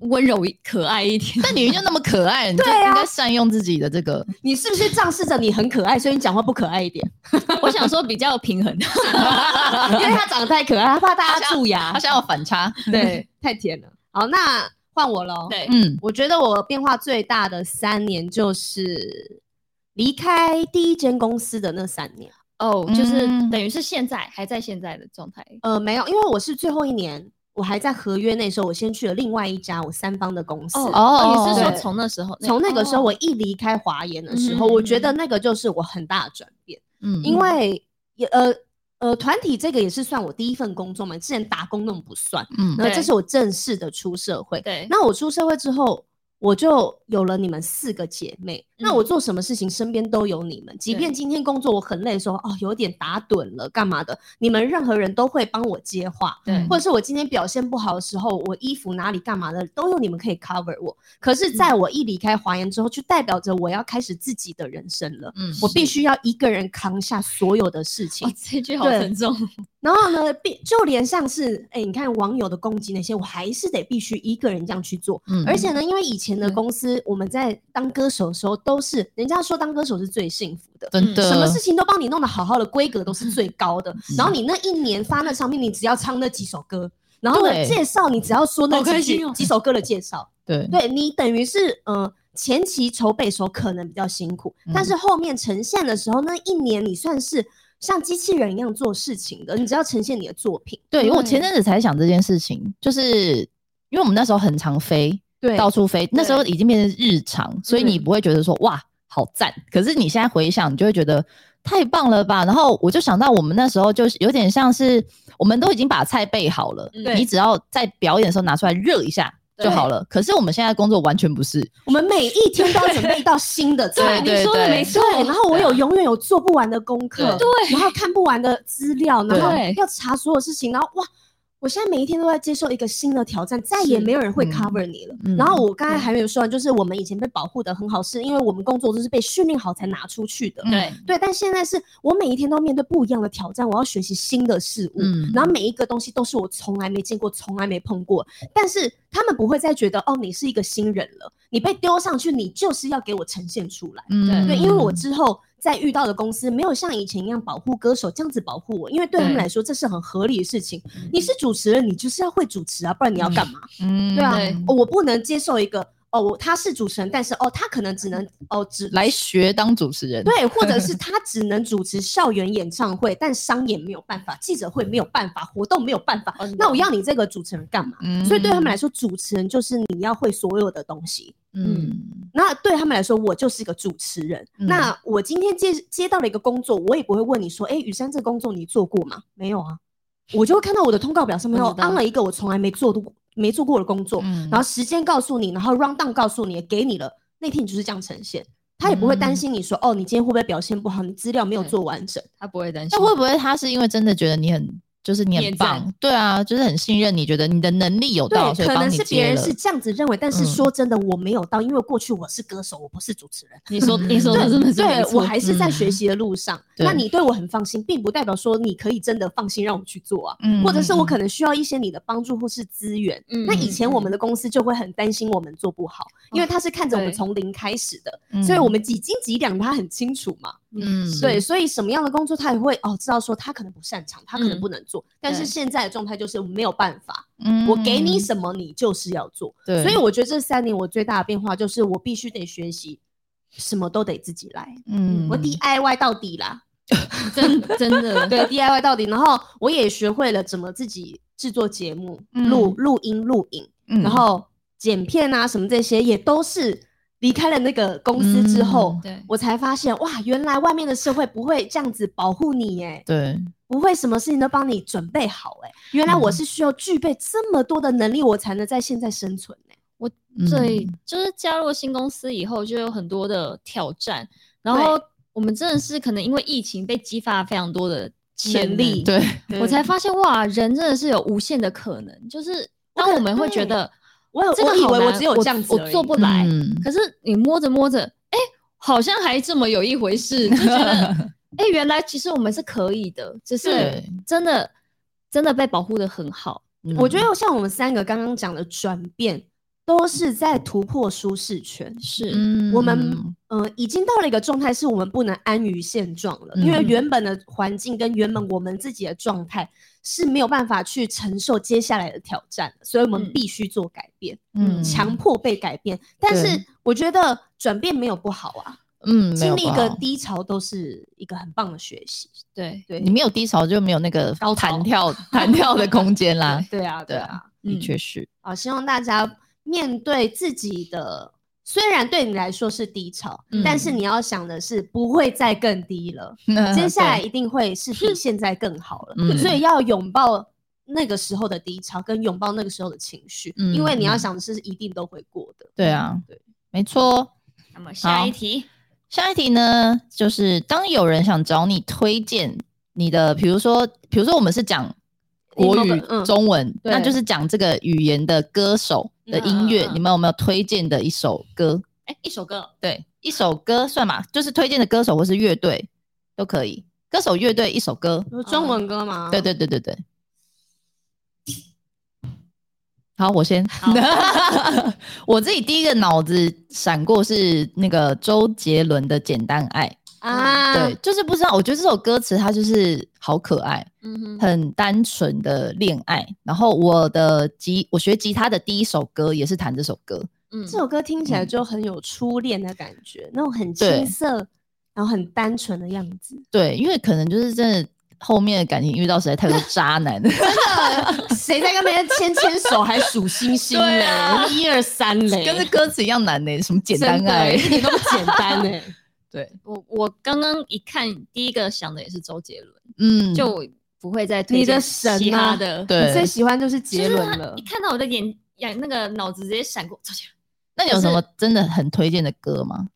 [SPEAKER 2] 温柔、可爱一 点。
[SPEAKER 3] 但女人就那么可爱，你就应该善用自己的这个。
[SPEAKER 1] 你是不是仗势着你很可爱，所以你讲话不可爱一点？
[SPEAKER 2] 我想说比较平衡。
[SPEAKER 1] 啊因为他长得太可爱，他怕大家蛀牙
[SPEAKER 3] 她。想要反差，
[SPEAKER 1] 对，太甜了。好，那换我喽。
[SPEAKER 2] 对，
[SPEAKER 3] 嗯，
[SPEAKER 1] 我觉得我变化最大的三年就是离开第一间公司的那三年。
[SPEAKER 2] 哦，就是
[SPEAKER 3] 嗯
[SPEAKER 2] 等于是现在还在现在的状态。
[SPEAKER 1] 呃，没有，因为我是最后一年，我还在合约那时候，我先去了另外一家我三方的公司。
[SPEAKER 3] 哦
[SPEAKER 2] 你是说
[SPEAKER 1] 对
[SPEAKER 2] 从那时候？
[SPEAKER 1] 从那个时候，
[SPEAKER 2] 哦
[SPEAKER 1] 我一离开华研的时候，
[SPEAKER 2] 嗯
[SPEAKER 1] 我觉得那个就是我很大的转变，
[SPEAKER 3] 嗯
[SPEAKER 1] 因为也呃呃，团体这个也是算我第一份工作嘛，之前打工那种不算，
[SPEAKER 3] 嗯
[SPEAKER 1] 那
[SPEAKER 2] 对
[SPEAKER 1] 这是我正式的出社会。
[SPEAKER 2] 对，
[SPEAKER 1] 那我出社会之后，我就有了你们四个姐妹。那我做什么事情，身边都有你们。即便
[SPEAKER 2] 嗯对
[SPEAKER 1] 今天工作我很累的时候，哦，有点打盹了，干嘛的？你们任何人都会帮我接话，
[SPEAKER 2] 对
[SPEAKER 1] 或者是我今天表现不好的时候，我衣服哪里干嘛的，都有你们可以 cover 我。可是，
[SPEAKER 2] 嗯
[SPEAKER 1] 在我一离开华研之后，就代表着我要开始自己的人生了。
[SPEAKER 3] 嗯
[SPEAKER 1] 我必须要一个人扛下所有的事情
[SPEAKER 2] 哦，，这句好
[SPEAKER 1] 对
[SPEAKER 2] 沉重。
[SPEAKER 1] 然后呢，必就连像是哎、你看网友的攻击那些，我还是得必须一个人这样去做。
[SPEAKER 3] 嗯
[SPEAKER 1] 而且呢，因为以前的
[SPEAKER 2] 对
[SPEAKER 1] 公司，我们在当歌手的时候，都是人家说当歌手是最幸福的，
[SPEAKER 3] 真的
[SPEAKER 1] 什么事情都帮你弄得好好的，规格都是最高的。然后你那一年发那唱片，你只要唱那几首歌，然后呢
[SPEAKER 3] 对
[SPEAKER 1] 介绍你只要说那
[SPEAKER 2] 好开
[SPEAKER 1] 几句、
[SPEAKER 2] 心哦
[SPEAKER 1] 几首歌的介绍，
[SPEAKER 3] 对
[SPEAKER 1] 对你等于是呃前期筹备的时候可能比较辛苦，但
[SPEAKER 3] 嗯
[SPEAKER 1] 是后面呈现的时候，那一年你算是像机器人一样做事情的，你只要呈现你的作品，
[SPEAKER 3] 对，因为我前
[SPEAKER 2] 对
[SPEAKER 3] 阵子才想这件事情，就是因为我们那时候很常飞，
[SPEAKER 1] 对
[SPEAKER 3] 到处飞，那时候已经变成日常，所以你
[SPEAKER 1] 嗯
[SPEAKER 3] 不会觉得说哇好赞，可是你现在回想，你就会觉得太棒了吧。然后我就想到我们那时候就是有点像是我们都已经把菜备好了，
[SPEAKER 1] 嗯对
[SPEAKER 3] 你只要在表演的时候拿出来热一下。就好了。可是我们现在工作完全不是，
[SPEAKER 1] 我们每一天都要准备到新的
[SPEAKER 3] 对
[SPEAKER 1] 菜。
[SPEAKER 3] 对
[SPEAKER 2] 你说的
[SPEAKER 3] 对啊
[SPEAKER 2] 没错。
[SPEAKER 1] 对，然后我有永远有做不完的功课，
[SPEAKER 2] 对
[SPEAKER 1] 然后看不完的资料，然后
[SPEAKER 2] 对
[SPEAKER 1] 要查所有事情，然后哇，我现在每一天都在接受一个新的挑战，再也没有人会
[SPEAKER 3] 嗯
[SPEAKER 1] cover 你了。
[SPEAKER 3] 嗯
[SPEAKER 1] 然后我刚才还没有说完，就是我们以前被保护的很好，是因为我们工作都是被训练好才拿出去
[SPEAKER 3] 嗯
[SPEAKER 1] 的，
[SPEAKER 2] 对
[SPEAKER 1] 对，但现在是我每一天都面对不一样的挑战，我要学习新的事物，
[SPEAKER 3] 嗯
[SPEAKER 1] 然后每一个东西都是我从来没见过、从来没碰过。但是他们不会再觉得哦，你是一个新人了，你被丢上去，你就是要给我呈现出来。
[SPEAKER 3] 嗯
[SPEAKER 1] 对，因为我之后在遇到的公司没有像以前一样保护歌手这样子保护我，因为对他们
[SPEAKER 2] 对
[SPEAKER 1] 来说这是很合理的事情。你是主持人，你就是要会主持啊，不然你要干嘛？
[SPEAKER 3] 嗯
[SPEAKER 1] 对啊
[SPEAKER 2] 对
[SPEAKER 1] 哦我不能接受一个哦，我他是主持人，但是哦，他可能只能哦只
[SPEAKER 3] 来学当主持人，
[SPEAKER 1] 对，或者 是他只能主持校园演唱会，但商演没有办法，记者会没有办法，活动没有办法
[SPEAKER 2] 哦你，
[SPEAKER 1] 那我要你这个主持人干嘛？
[SPEAKER 3] 嗯，
[SPEAKER 1] 啊所以对他们来说，主持人就是你要会所有的东西。
[SPEAKER 3] 嗯
[SPEAKER 1] 那对他们来说，我就是一个主持人。
[SPEAKER 3] 嗯
[SPEAKER 1] 那我今天接接到了一个工作，我也不会问你说，哎、雨山这个工作你做过吗？没有啊，我就会看到我的通告表上面
[SPEAKER 2] 我
[SPEAKER 1] 有
[SPEAKER 2] 知道
[SPEAKER 1] 安了一个我从来没做过没做过的工作，
[SPEAKER 3] 嗯
[SPEAKER 1] 然后时间告诉你，然后 round down 告诉你，给你了，那天你就是这样呈现，他也不会
[SPEAKER 3] 嗯
[SPEAKER 1] 担心你说、哦，你今天会不会表现不好，你资料没有
[SPEAKER 2] 对
[SPEAKER 1] 做完整。
[SPEAKER 2] 他不会担心。
[SPEAKER 3] 那会不会他是因为真的觉得你很，就是你很
[SPEAKER 2] 面赞
[SPEAKER 3] 棒，对啊，就是很信任你，觉得你的能力有到，
[SPEAKER 1] 对，
[SPEAKER 3] 所以
[SPEAKER 1] 可
[SPEAKER 3] 帮
[SPEAKER 1] 能
[SPEAKER 3] 你
[SPEAKER 1] 是别
[SPEAKER 3] 接
[SPEAKER 1] 人
[SPEAKER 3] 了
[SPEAKER 1] 是。这样子认为，但是
[SPEAKER 3] 嗯
[SPEAKER 1] 说真的，我没有到，因为过去我是歌手，我不是主持人。
[SPEAKER 2] 你说你说的
[SPEAKER 3] 嗯
[SPEAKER 2] 真的是没
[SPEAKER 1] 对
[SPEAKER 2] 错
[SPEAKER 1] 我还是在
[SPEAKER 3] 嗯
[SPEAKER 1] 学习的路上。
[SPEAKER 3] 对
[SPEAKER 1] 那你对我很放心，并不代表说你可以真的放心让我去做啊。
[SPEAKER 3] 嗯
[SPEAKER 1] 或者是我可
[SPEAKER 3] 能
[SPEAKER 1] 能需要一些你的帮助或是资源。
[SPEAKER 2] 嗯哦
[SPEAKER 1] 那以前我们的公司就会很担心我们做不好，因为他是看着我们
[SPEAKER 2] 对嗯
[SPEAKER 1] 从零开始的，所以我们几斤几两他很清楚嘛。
[SPEAKER 3] 嗯，
[SPEAKER 1] 对，所以什么样的工作他也会哦知道说他可能不擅长，他可能
[SPEAKER 2] 嗯
[SPEAKER 1] 不能做。但是
[SPEAKER 2] 对
[SPEAKER 1] 现在的状态就是我没有办法，
[SPEAKER 3] 嗯
[SPEAKER 1] 我给你什么你就是要做。
[SPEAKER 3] 对，
[SPEAKER 1] 所以我觉得这三年我最大的变化就是我必须得学习，什么都得自己来，
[SPEAKER 3] 嗯
[SPEAKER 1] 我 DIY 到底啦，
[SPEAKER 2] 真真的
[SPEAKER 1] 对 DIY 到底。然后我也学会了怎么自己制作节目、
[SPEAKER 2] 嗯
[SPEAKER 1] 录录音、录影，
[SPEAKER 3] 嗯
[SPEAKER 1] 然后剪片啊什么这些也都是离开了那个公司之后
[SPEAKER 3] 嗯。
[SPEAKER 2] 对，
[SPEAKER 1] 我才发现，哇，原来外面的社会不会这样子保护你耶，
[SPEAKER 3] 对，
[SPEAKER 1] 不会什么事情都帮你准备好哎、原
[SPEAKER 2] 嗯
[SPEAKER 1] 来我是需要具备这么多的能力，我才能在现在生存哎、
[SPEAKER 3] 嗯
[SPEAKER 2] 对，就是加入新公司以后就有很多的挑战，然后我们真的是可能因为疫情被激发了非常多的潜
[SPEAKER 1] 能力
[SPEAKER 2] 能
[SPEAKER 3] 对，
[SPEAKER 2] 我才发现哇，人真的是有无限的可能，就是
[SPEAKER 1] 我
[SPEAKER 2] 当
[SPEAKER 1] 可
[SPEAKER 2] 我们会
[SPEAKER 1] 对
[SPEAKER 2] 觉得
[SPEAKER 1] 我有
[SPEAKER 2] 这个
[SPEAKER 1] 我以
[SPEAKER 2] 好
[SPEAKER 1] 为我
[SPEAKER 2] 难
[SPEAKER 1] 只有这样子
[SPEAKER 2] 我
[SPEAKER 1] 而已
[SPEAKER 2] 做不来，
[SPEAKER 3] 嗯
[SPEAKER 2] 可是你摸着摸着，哎、好像还这么有一回事，就觉得 哎、原来其实我们是可以的，只是
[SPEAKER 3] 对，
[SPEAKER 2] 真的真的被保护的很好，
[SPEAKER 1] 我觉得像我们三个刚刚讲的转变，都是在突破舒适圈。
[SPEAKER 2] 是、
[SPEAKER 3] 嗯
[SPEAKER 1] 我们呃，已经到了一个状态，是我们不能安于现状了，因为
[SPEAKER 3] 嗯
[SPEAKER 1] 原本的环境跟原本我们自己的状态是没有办法去承受接下来的挑战的，所以我们
[SPEAKER 2] 嗯
[SPEAKER 1] 必须做改变，
[SPEAKER 3] 嗯
[SPEAKER 1] 强迫被改变。但
[SPEAKER 3] 对
[SPEAKER 1] 是我觉得转变没有不好啊，
[SPEAKER 3] 嗯
[SPEAKER 1] 经历一个
[SPEAKER 3] 个
[SPEAKER 1] 低潮都是一个很棒的学习。
[SPEAKER 2] 对，
[SPEAKER 1] 对
[SPEAKER 3] 你没有低潮就没有那个
[SPEAKER 1] 高潮
[SPEAKER 3] 弹跳弹跳的空间啦，
[SPEAKER 1] 对啊，对
[SPEAKER 3] 对啊
[SPEAKER 1] 啊，
[SPEAKER 3] 的
[SPEAKER 2] 嗯
[SPEAKER 3] 确是，
[SPEAKER 1] 啊，希望大家面对自己的，虽然对你来说是低潮，但是
[SPEAKER 3] 嗯
[SPEAKER 1] 你要想的是不会再更低了，接下 来一定会是比现在更好了，
[SPEAKER 3] 嗯
[SPEAKER 1] 所以要拥抱。那个时候的低潮跟拥抱那个时候的情绪，因为你要
[SPEAKER 3] 嗯
[SPEAKER 1] 想的是一定都会过的。
[SPEAKER 3] 对啊
[SPEAKER 1] 对，
[SPEAKER 3] 没错。
[SPEAKER 2] 那么下
[SPEAKER 3] 好
[SPEAKER 2] 一题，
[SPEAKER 3] 下一题呢，就是当有人想找你推荐你的，比如说，比如说我们是讲国
[SPEAKER 1] 某
[SPEAKER 3] 语
[SPEAKER 1] 个、嗯
[SPEAKER 3] 中文，
[SPEAKER 1] 对
[SPEAKER 3] 那就是讲这个语言的歌手的音乐，
[SPEAKER 2] 嗯嗯嗯
[SPEAKER 3] 你们有没有推荐的一首歌？
[SPEAKER 2] 哎、一首歌，
[SPEAKER 3] 对，一首歌算嘛，就是推荐的歌手或是乐队都可以，歌手、乐队一首歌。
[SPEAKER 1] 有中文歌吗？
[SPEAKER 3] 对对对对对。好，我先
[SPEAKER 2] 好。
[SPEAKER 3] 我自己第一个脑子闪过是那个周杰伦的《简单爱》。
[SPEAKER 1] 啊，
[SPEAKER 3] 对，就是不知道，我觉得这首歌词它就是好可爱，
[SPEAKER 2] 嗯哼，
[SPEAKER 3] 很单纯的恋爱。然后我的吉，我学吉他的第一首歌也是弹这首歌，
[SPEAKER 2] 嗯
[SPEAKER 1] 这首歌听起来就很有初恋的感觉，那种很青
[SPEAKER 3] 对
[SPEAKER 1] 涩，然后很单纯的样子。
[SPEAKER 3] 对，因为可能就是真的后面的感情遇到实 在太多渣男，
[SPEAKER 1] 谁在跟别人牵牵手还数星星
[SPEAKER 2] 对
[SPEAKER 1] 嘞？
[SPEAKER 2] 啊
[SPEAKER 1] 一二三嘞，
[SPEAKER 3] 跟这歌词一样难呢、什么简单
[SPEAKER 1] 真的欸
[SPEAKER 3] 爱，
[SPEAKER 1] 一点都不简单欸嘞。
[SPEAKER 3] 对，
[SPEAKER 2] 我我刚刚一看，第一个想的也是周杰伦，
[SPEAKER 3] 嗯，
[SPEAKER 2] 就我不会再推
[SPEAKER 1] 你的
[SPEAKER 2] 荐
[SPEAKER 1] 神
[SPEAKER 2] 其
[SPEAKER 1] 啊
[SPEAKER 2] 他的，
[SPEAKER 1] 你最
[SPEAKER 3] 对。
[SPEAKER 1] 喜欢就是
[SPEAKER 2] 就
[SPEAKER 1] 杰
[SPEAKER 2] 是
[SPEAKER 1] 伦
[SPEAKER 2] 他
[SPEAKER 1] 了
[SPEAKER 2] 一，看到我的眼眼那个脑子直接闪过周杰伦。
[SPEAKER 3] 那你有
[SPEAKER 2] 可
[SPEAKER 3] 什
[SPEAKER 2] 是
[SPEAKER 3] 么真的很推荐的歌吗？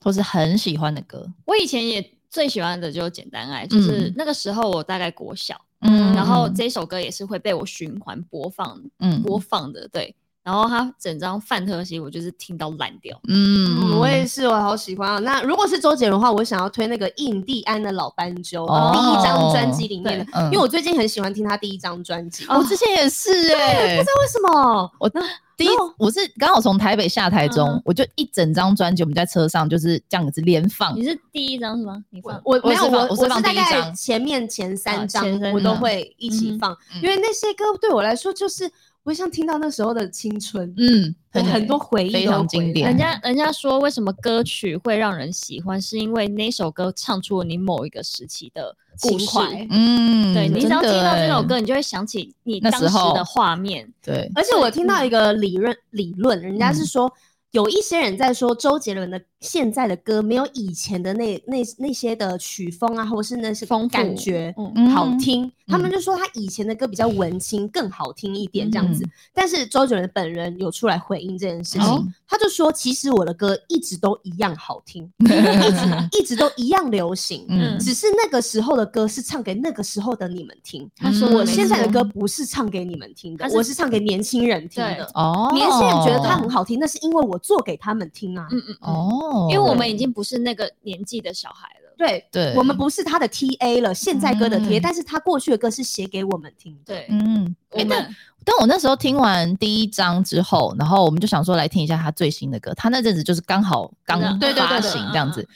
[SPEAKER 3] 或是很喜欢的歌？
[SPEAKER 2] 我以前也最喜欢的就是《简单爱》，就是
[SPEAKER 3] 嗯
[SPEAKER 2] 那个时候我大概国小，
[SPEAKER 1] 嗯
[SPEAKER 2] 然后这首歌也是会被我循环播放、
[SPEAKER 3] 嗯
[SPEAKER 2] 播放的，对。然后它整张范特西，我就是听到烂掉。
[SPEAKER 3] 嗯
[SPEAKER 1] 嗯，我也是，我好喜欢啊。那如果是周杰伦的话，我想要推那个印第安的老斑鸠，
[SPEAKER 3] 哦
[SPEAKER 1] 第一张专辑里面的，
[SPEAKER 3] 嗯哦
[SPEAKER 1] 因为我最近很喜欢听他第一张专辑。哦
[SPEAKER 3] 我之前也 是哎、
[SPEAKER 1] 那为什么？
[SPEAKER 3] 我第一
[SPEAKER 1] 然后，
[SPEAKER 3] 我是刚好从台北下台中，
[SPEAKER 2] 嗯
[SPEAKER 3] 我就一整张专辑，我们在车上就是这样子连
[SPEAKER 1] 嗯
[SPEAKER 3] 放
[SPEAKER 2] 你。是第一张是吗？你放
[SPEAKER 1] 我
[SPEAKER 3] 我
[SPEAKER 1] 没有
[SPEAKER 3] 是放
[SPEAKER 1] 我
[SPEAKER 3] 我是
[SPEAKER 1] 我
[SPEAKER 3] 放
[SPEAKER 1] 大
[SPEAKER 3] 第一
[SPEAKER 1] 概
[SPEAKER 3] 张
[SPEAKER 1] 前面前三
[SPEAKER 2] 啊
[SPEAKER 1] 张
[SPEAKER 2] 前三
[SPEAKER 1] 我都
[SPEAKER 2] 张
[SPEAKER 1] 会一起
[SPEAKER 2] 嗯
[SPEAKER 1] 放，
[SPEAKER 3] 嗯
[SPEAKER 1] 因为那些歌对我来说就是我想听到那时候的青春，
[SPEAKER 3] 嗯，
[SPEAKER 1] 有很多回忆
[SPEAKER 3] 非
[SPEAKER 1] 都
[SPEAKER 3] 常
[SPEAKER 1] 回
[SPEAKER 3] 经
[SPEAKER 1] 来
[SPEAKER 3] 典
[SPEAKER 2] 人家人家说为什么歌曲会让人喜欢，是因为那首歌唱出了你某一个时期的故
[SPEAKER 1] 情
[SPEAKER 2] 事。
[SPEAKER 1] 怀。
[SPEAKER 3] 嗯，
[SPEAKER 2] 对你只要
[SPEAKER 3] 真
[SPEAKER 2] 听
[SPEAKER 3] 的
[SPEAKER 2] 到这首
[SPEAKER 3] 欸
[SPEAKER 2] 歌，，你就会想起你
[SPEAKER 3] 那
[SPEAKER 2] 当
[SPEAKER 3] 时
[SPEAKER 2] 时
[SPEAKER 3] 候
[SPEAKER 2] 的画面。
[SPEAKER 3] 对，嗯
[SPEAKER 1] 而且我听到一个理论，理论人家是说，有一些人在说周杰伦的现在的歌没有以前的那那那些的曲风啊，或是那些
[SPEAKER 2] 丰富
[SPEAKER 1] 感觉
[SPEAKER 2] 嗯
[SPEAKER 1] 好
[SPEAKER 3] 嗯
[SPEAKER 1] 听，他们就说他以前的歌比较文青，更好听一点这样子。
[SPEAKER 3] 嗯
[SPEAKER 1] 但是周杰伦本人有出来回应这件事情，
[SPEAKER 3] 哦
[SPEAKER 1] 他就说，其实我的歌一直都一样好听，一直一直都一样流行。
[SPEAKER 3] 嗯
[SPEAKER 2] 嗯，
[SPEAKER 1] 只是那个时候的歌是唱给那个时候的你们听，
[SPEAKER 2] 他说
[SPEAKER 3] 嗯
[SPEAKER 2] 的
[SPEAKER 1] 我
[SPEAKER 2] 没
[SPEAKER 1] 现在的
[SPEAKER 2] 错
[SPEAKER 1] 歌不是唱给你们听的
[SPEAKER 2] 它，是
[SPEAKER 1] 我是唱给年轻人听的。
[SPEAKER 3] 哦，
[SPEAKER 1] 年轻人觉得它很好听，那是因为我做给他们听啊。
[SPEAKER 2] 嗯嗯嗯，
[SPEAKER 3] 哦，
[SPEAKER 2] 因为我们已经不是那个年纪的小孩了。
[SPEAKER 1] 对，
[SPEAKER 3] 对，
[SPEAKER 1] 我们不是他的 TA 了，现在歌的 TA，、
[SPEAKER 3] 嗯
[SPEAKER 1] 但是他过去的歌是写给我们听的。
[SPEAKER 2] 对，
[SPEAKER 3] 嗯，
[SPEAKER 2] 我
[SPEAKER 3] 但
[SPEAKER 2] 们
[SPEAKER 3] 但我那时候听完第一章之后，然后我们就想说来听一下他最新的歌。他那阵子就是刚好刚
[SPEAKER 2] 真的
[SPEAKER 1] 对对对
[SPEAKER 2] 嗯
[SPEAKER 3] 发
[SPEAKER 1] 对
[SPEAKER 3] 行这样子，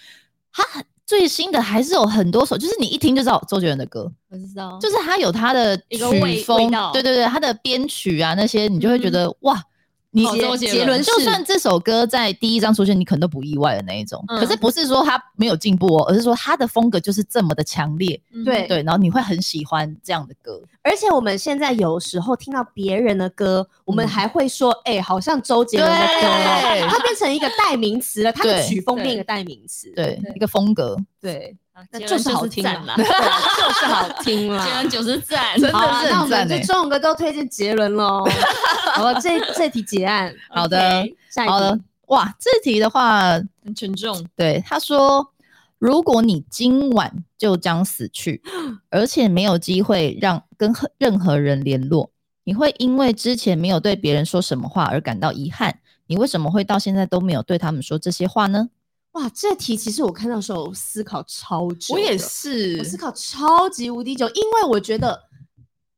[SPEAKER 3] 他很最新的还是有很多首，就是你一听就知道周杰伦的歌，
[SPEAKER 2] 我知道，
[SPEAKER 3] 就是他有他的
[SPEAKER 2] 一个味
[SPEAKER 3] 曲风
[SPEAKER 2] 味道，
[SPEAKER 3] 对对对，他的编曲啊那些，你就会觉得、哇，你
[SPEAKER 2] 哦周杰
[SPEAKER 3] 杰
[SPEAKER 2] 伦
[SPEAKER 3] 伦就算这首歌在第一张出现，你可能都不意外的那一种。
[SPEAKER 2] 嗯
[SPEAKER 3] 可是不是说他没有进步哦，而是说他的风格就是这么的强烈，
[SPEAKER 2] 嗯
[SPEAKER 1] 对
[SPEAKER 3] 对，然后你会很喜欢这样的歌。
[SPEAKER 1] 而且我们现在有时候听到别人的歌，我们
[SPEAKER 3] 嗯
[SPEAKER 1] 还会说，哎、好像周杰伦的歌哦
[SPEAKER 3] 对，
[SPEAKER 1] 它变成一个代名词了，它的
[SPEAKER 3] 对
[SPEAKER 1] 曲风
[SPEAKER 2] 对
[SPEAKER 1] 变一个代名词。
[SPEAKER 3] 对
[SPEAKER 2] 对，
[SPEAKER 3] 一个风格，
[SPEAKER 1] 对，
[SPEAKER 2] 啊
[SPEAKER 1] 那
[SPEAKER 2] 杰
[SPEAKER 1] 就
[SPEAKER 2] 伦
[SPEAKER 1] 是好听
[SPEAKER 2] 赞啦
[SPEAKER 1] 啦，，就是好听
[SPEAKER 2] 杰
[SPEAKER 1] 啦。
[SPEAKER 2] 伦就是赞，
[SPEAKER 3] 啊
[SPEAKER 2] 啊
[SPEAKER 3] 真的
[SPEAKER 1] 好啦，
[SPEAKER 3] 是
[SPEAKER 1] 那我
[SPEAKER 3] 很赞
[SPEAKER 1] 们就
[SPEAKER 3] 欸
[SPEAKER 1] 中午哥都推荐杰伦喽。 好了，这这题结案，
[SPEAKER 3] 好的
[SPEAKER 2] OK，
[SPEAKER 1] 下一
[SPEAKER 3] 好了
[SPEAKER 1] 题。，
[SPEAKER 3] 哇，这题的话，
[SPEAKER 2] 很沉重，
[SPEAKER 3] 对他说：“如果你今晚就将死去，而且没有机会让跟和任何人联络，你会因为之前没有对别人说什么话而感到遗憾。你为什么会到现在都没有对他们说这些话呢？
[SPEAKER 1] 哇，这题其实我看到的时候我思考超久，是。
[SPEAKER 2] 是
[SPEAKER 1] 我思考超级无敌久，因为我觉得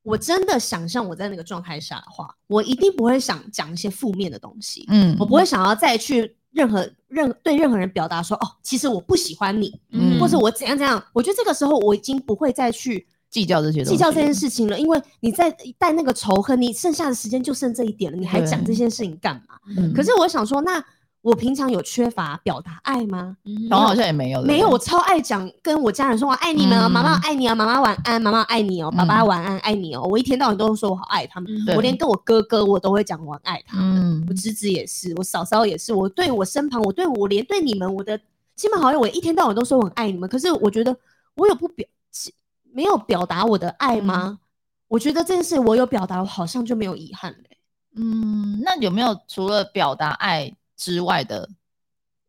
[SPEAKER 1] 我真的想象我在那个状态下的话，我一定不会想讲一些负面的东西，
[SPEAKER 3] 嗯
[SPEAKER 1] 我不会想要再去任何任对任何人表达说哦，其实我不喜欢你，
[SPEAKER 3] 嗯
[SPEAKER 1] 或者我怎样怎样。我觉得这个时候我已经不会再去
[SPEAKER 3] 计较这些东西，
[SPEAKER 1] 计较这件事情了，因为你在带那个仇恨，你剩下的时间就剩这一点了，你还讲这
[SPEAKER 3] 对
[SPEAKER 1] 件事情干嘛？
[SPEAKER 3] 嗯
[SPEAKER 1] 可是我想说，那我平常有缺乏表达爱吗？
[SPEAKER 2] 嗯
[SPEAKER 3] 然后好像也没有，对不对
[SPEAKER 1] 没有，我超爱讲，跟我家人说，我爱你们哦，
[SPEAKER 3] 嗯
[SPEAKER 1] 妈妈爱你啊，妈妈晚安，妈妈爱你哦，
[SPEAKER 3] 嗯
[SPEAKER 1] 爸爸晚安，爱你哦。我一天到晚都说我好爱他
[SPEAKER 2] 嗯
[SPEAKER 1] 们，
[SPEAKER 3] 对
[SPEAKER 1] 我连跟我哥哥我都会讲我很爱他们，
[SPEAKER 3] 嗯
[SPEAKER 1] 我侄子也是，我嫂嫂也是，我对我身旁，我对我连对你们，我的亲朋好友，我一天到晚都说我很爱你们，可是我觉得我有不表，其没有表达我的爱吗？我觉得这件事我有表达，我好像就没有遗憾了欸、
[SPEAKER 3] 嗯，那有没有除了表达爱之外的？”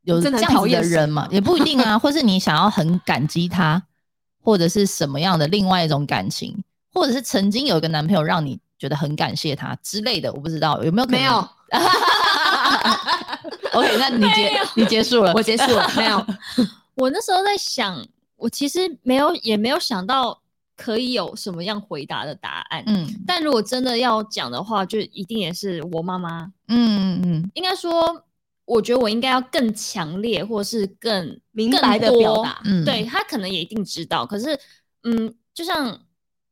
[SPEAKER 3] 有这
[SPEAKER 1] 真的很
[SPEAKER 3] 样
[SPEAKER 1] 讨
[SPEAKER 3] 子
[SPEAKER 1] 厌
[SPEAKER 3] 的
[SPEAKER 1] 谁
[SPEAKER 3] 人嘛，也不一定 啊，或是你想要很感激他，或者是什么样的另外一种感情，或者是曾经有一个男朋友让你觉得很感谢他之类的，我不知道有没有可能
[SPEAKER 1] 没有，
[SPEAKER 3] OK，那你结你结 束了，
[SPEAKER 1] 我结束了，没有。
[SPEAKER 2] 我那时候在想，我其实没有也没有想到可以有什么样回答的答案。
[SPEAKER 3] 嗯
[SPEAKER 2] 但如果真的要讲的话，就一定也是我妈妈。
[SPEAKER 3] 嗯嗯
[SPEAKER 2] 应该说，我觉得我应该要更强烈，或是更
[SPEAKER 1] 明白地表达
[SPEAKER 3] 嗯
[SPEAKER 2] 对她可能也一定知道，可是，嗯，就像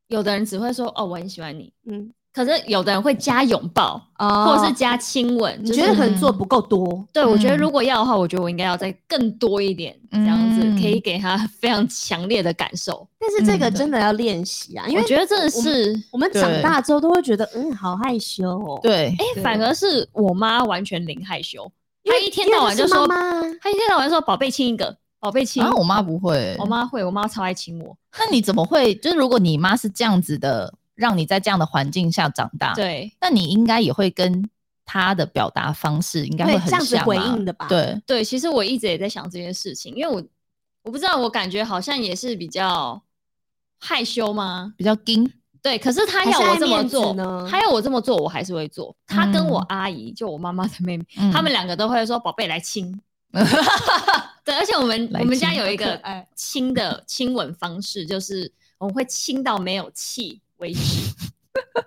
[SPEAKER 2] 有的人只会说“哦，我很喜欢你
[SPEAKER 1] 嗯，”，
[SPEAKER 2] 可是有的人会加拥抱，
[SPEAKER 1] 哦
[SPEAKER 2] 嗯或者是加亲吻。
[SPEAKER 1] 你
[SPEAKER 2] 就
[SPEAKER 1] 觉
[SPEAKER 2] 是
[SPEAKER 1] 得可能做不够多？
[SPEAKER 2] 对，我觉得
[SPEAKER 3] 嗯
[SPEAKER 2] 如果要的话，我觉得我应该要再更多一点，这样子
[SPEAKER 1] 嗯
[SPEAKER 2] 可以给他 非常强烈的感受。
[SPEAKER 1] 但是这
[SPEAKER 3] 嗯
[SPEAKER 1] 个真的要练习啊，因
[SPEAKER 2] 我
[SPEAKER 1] 为
[SPEAKER 2] 觉得真的
[SPEAKER 1] 我们
[SPEAKER 2] 是，
[SPEAKER 1] 我们
[SPEAKER 3] 对
[SPEAKER 1] 长大之后都会觉得，嗯，好害羞哦。，
[SPEAKER 3] 对，
[SPEAKER 2] 哎、
[SPEAKER 1] 对
[SPEAKER 2] 反而是我妈完全零害羞，她一天
[SPEAKER 1] 因为
[SPEAKER 2] 到晚
[SPEAKER 1] 这
[SPEAKER 2] 就是说，
[SPEAKER 1] 妈啊妈啊
[SPEAKER 2] 她一天到晚就说宝贝亲一个，宝贝
[SPEAKER 1] 哎
[SPEAKER 2] 亲。
[SPEAKER 3] 然啊后我妈不会，
[SPEAKER 2] 我，妈会，我妈超爱亲我。
[SPEAKER 3] 那你怎么会？就是如果你妈是这样子的，让你在这样的环境下长
[SPEAKER 1] 啊
[SPEAKER 3] 大，，
[SPEAKER 2] 对
[SPEAKER 3] 那你应该也会跟她的表达方式应该会
[SPEAKER 1] 对
[SPEAKER 3] 很
[SPEAKER 1] 这样子
[SPEAKER 3] 像啊
[SPEAKER 1] 回应的吧
[SPEAKER 3] 对，
[SPEAKER 2] 对，其实我一直也在想这件事情，因为我我不知道，我感觉好像也是比较害羞吗？
[SPEAKER 3] 比较硬，
[SPEAKER 2] 对，可是他
[SPEAKER 1] 还
[SPEAKER 2] 要
[SPEAKER 1] 是
[SPEAKER 2] 我
[SPEAKER 1] 爱
[SPEAKER 2] 这么
[SPEAKER 1] 面子
[SPEAKER 2] 做
[SPEAKER 1] 呢
[SPEAKER 2] 他要我这么做，我还是会做。他跟我
[SPEAKER 3] 嗯
[SPEAKER 2] 阿姨，就我妈妈的妹妹，
[SPEAKER 3] 嗯
[SPEAKER 2] 他们两个都会说“宝贝来亲”。 对，而且我们
[SPEAKER 3] 来
[SPEAKER 2] 我们家
[SPEAKER 3] 亲
[SPEAKER 2] 有一
[SPEAKER 1] 好可
[SPEAKER 2] 个
[SPEAKER 1] 爱
[SPEAKER 2] 亲的亲吻方式，就是我们会亲到没有气 为止。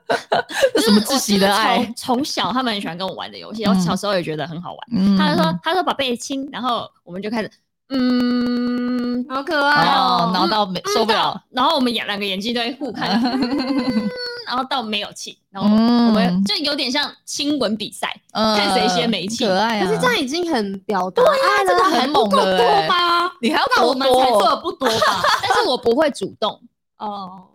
[SPEAKER 3] 这
[SPEAKER 2] 这
[SPEAKER 3] 什么窒息的爱？
[SPEAKER 2] 从小他们很喜欢跟我玩的游 戏，
[SPEAKER 3] 嗯
[SPEAKER 2] 然后小时候也觉得很好玩。
[SPEAKER 3] 嗯
[SPEAKER 2] 他就说：“他说宝贝亲。”然后我们就开始嗯，
[SPEAKER 1] 好可爱
[SPEAKER 3] 哦，
[SPEAKER 1] 哦。
[SPEAKER 3] 然后到没受不了，
[SPEAKER 2] 然后我们眼两个眼睛都会互看，嗯 然后到没有气，然后
[SPEAKER 3] 嗯
[SPEAKER 2] 我们就有点像亲吻比赛，
[SPEAKER 3] 嗯
[SPEAKER 2] 看谁先没气
[SPEAKER 3] 可爱啊，
[SPEAKER 1] 可是这样已经很表达爱了，
[SPEAKER 3] 很
[SPEAKER 1] 还不
[SPEAKER 3] 猛
[SPEAKER 1] 够
[SPEAKER 3] 了欸
[SPEAKER 1] 多吧？
[SPEAKER 3] 你还要
[SPEAKER 1] 那我们才做
[SPEAKER 3] 做，
[SPEAKER 1] 的不多吧？
[SPEAKER 2] 但是我不会主动。
[SPEAKER 1] 哦。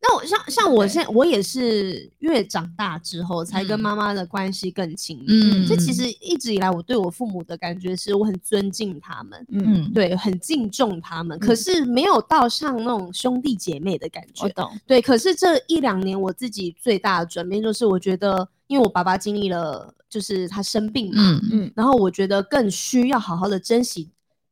[SPEAKER 1] 那我像像我
[SPEAKER 2] 对
[SPEAKER 1] 现我也是越长大之后才跟
[SPEAKER 2] 嗯
[SPEAKER 1] 妈妈的关系更亲密，
[SPEAKER 3] 嗯
[SPEAKER 1] 这其实一直以来我对我父母的感觉是我很尊敬他们，
[SPEAKER 2] 嗯，
[SPEAKER 3] 嗯，
[SPEAKER 1] 对，很敬重他们，可是没有到像那种兄弟姐妹的感
[SPEAKER 2] 我
[SPEAKER 1] 觉。
[SPEAKER 2] 懂。
[SPEAKER 1] 对，可是这一两年我自己最大的转变就是，我觉得因为我爸爸经历了，就是他生病嘛，
[SPEAKER 3] 嗯
[SPEAKER 2] 嗯
[SPEAKER 1] 然后我觉得更需要好好的珍惜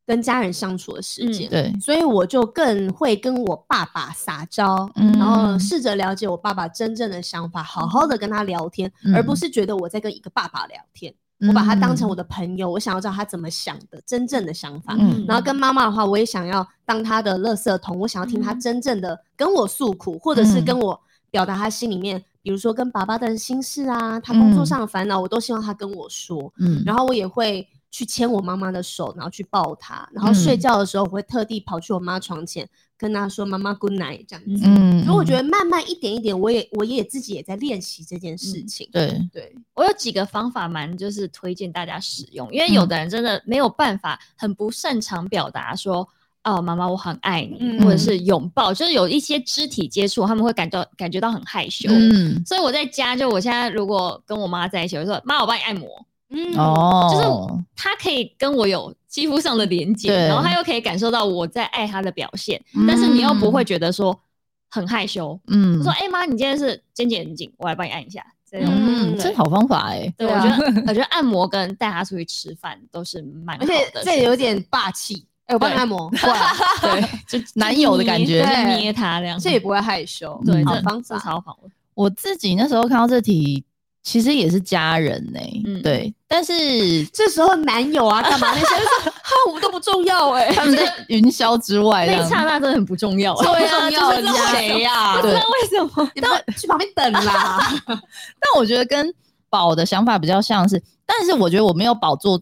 [SPEAKER 1] 跟家人相处的
[SPEAKER 2] 嗯
[SPEAKER 1] 时间，
[SPEAKER 3] 对，
[SPEAKER 1] 所以我就更会跟我爸爸撒娇。
[SPEAKER 3] 嗯
[SPEAKER 1] 然后试着了解我爸爸真正的想法，好好的跟他聊天，而不
[SPEAKER 3] 嗯
[SPEAKER 1] 是觉得我在跟一个爸爸聊天。我把他当成我
[SPEAKER 3] 的，
[SPEAKER 1] 的朋友，我想要知道他怎么想的，真正的想法。
[SPEAKER 3] 嗯
[SPEAKER 1] 然后跟妈妈的话，我也想要当他的垃圾桶，我想要听他
[SPEAKER 2] 嗯
[SPEAKER 1] 真正的跟我诉苦，或者是
[SPEAKER 3] 嗯
[SPEAKER 1] 跟我表达他心里面，比如说跟爸爸的心事啊，他工作
[SPEAKER 3] 嗯
[SPEAKER 1] 上的烦恼，我都希望他跟我说。
[SPEAKER 3] 嗯
[SPEAKER 1] 然后我也会去牵我妈妈的手，然后去抱她，
[SPEAKER 3] 嗯
[SPEAKER 1] 然后睡觉的时候我会特地跑去我妈床前跟她说“妈妈 good night” 这样子。
[SPEAKER 3] 嗯，
[SPEAKER 1] 所以我觉得慢慢一点一点，我也我也自己也在练习这件事情。
[SPEAKER 3] 嗯对，
[SPEAKER 1] 对，
[SPEAKER 2] 我有几个方法蛮就是推荐大家使用，因为
[SPEAKER 3] 嗯
[SPEAKER 2] 有的人真的没有办法，很不擅长表达说。哦，妈妈，我很爱你，
[SPEAKER 1] 嗯
[SPEAKER 2] 或者是拥抱，就是有一些肢体接触，他们会感到感觉到很害羞。
[SPEAKER 3] 嗯，
[SPEAKER 2] 所以我在家，就我现在如果跟我妈在一起，我就说妈，我帮你按摩，
[SPEAKER 1] 嗯，
[SPEAKER 3] 哦，
[SPEAKER 2] 她可以跟我有肌肤上的连接，
[SPEAKER 3] 对
[SPEAKER 2] 然后她又可以感受到我在爱她的表现，但是你又不会觉得说很害羞。
[SPEAKER 3] 嗯
[SPEAKER 2] 我说，哎、妈，你今天是肩颈很紧，我来帮你按一下。这种，
[SPEAKER 3] 嗯，
[SPEAKER 1] 哎对
[SPEAKER 3] 这好方法哎，
[SPEAKER 2] 对，
[SPEAKER 1] 对啊
[SPEAKER 2] 我觉得我觉得按摩跟带她出去吃饭都是蛮好
[SPEAKER 1] 而
[SPEAKER 2] 的
[SPEAKER 1] 且
[SPEAKER 2] 选择，
[SPEAKER 1] 这有点霸气。哎、我帮你
[SPEAKER 2] 对
[SPEAKER 1] 按 摩，过来
[SPEAKER 3] 对，
[SPEAKER 2] 就
[SPEAKER 3] 男友的感觉
[SPEAKER 2] 就
[SPEAKER 1] 对
[SPEAKER 2] 捏她这样，
[SPEAKER 1] 这也不会害羞。
[SPEAKER 2] 对，
[SPEAKER 1] 好
[SPEAKER 2] 这
[SPEAKER 1] 方
[SPEAKER 2] 这
[SPEAKER 1] 法。
[SPEAKER 2] 超好。
[SPEAKER 3] 我自己那时候看到这题，其实也是家人呢、
[SPEAKER 2] 嗯
[SPEAKER 3] 对，但是
[SPEAKER 1] 这时候男友啊，干嘛那些就是 哈，我们都不重要哎、
[SPEAKER 3] 他们在云霄之外这
[SPEAKER 2] 那一
[SPEAKER 3] 样，
[SPEAKER 2] 刹那真的很不重要，
[SPEAKER 1] 超 重要
[SPEAKER 2] 就是
[SPEAKER 1] 人家
[SPEAKER 2] 谁呀？不
[SPEAKER 3] 对
[SPEAKER 2] 知道为什么。
[SPEAKER 1] 你们去旁边等 啦。嗯
[SPEAKER 3] 但我觉得跟宝的想法比较像是，但是我觉得我没有宝做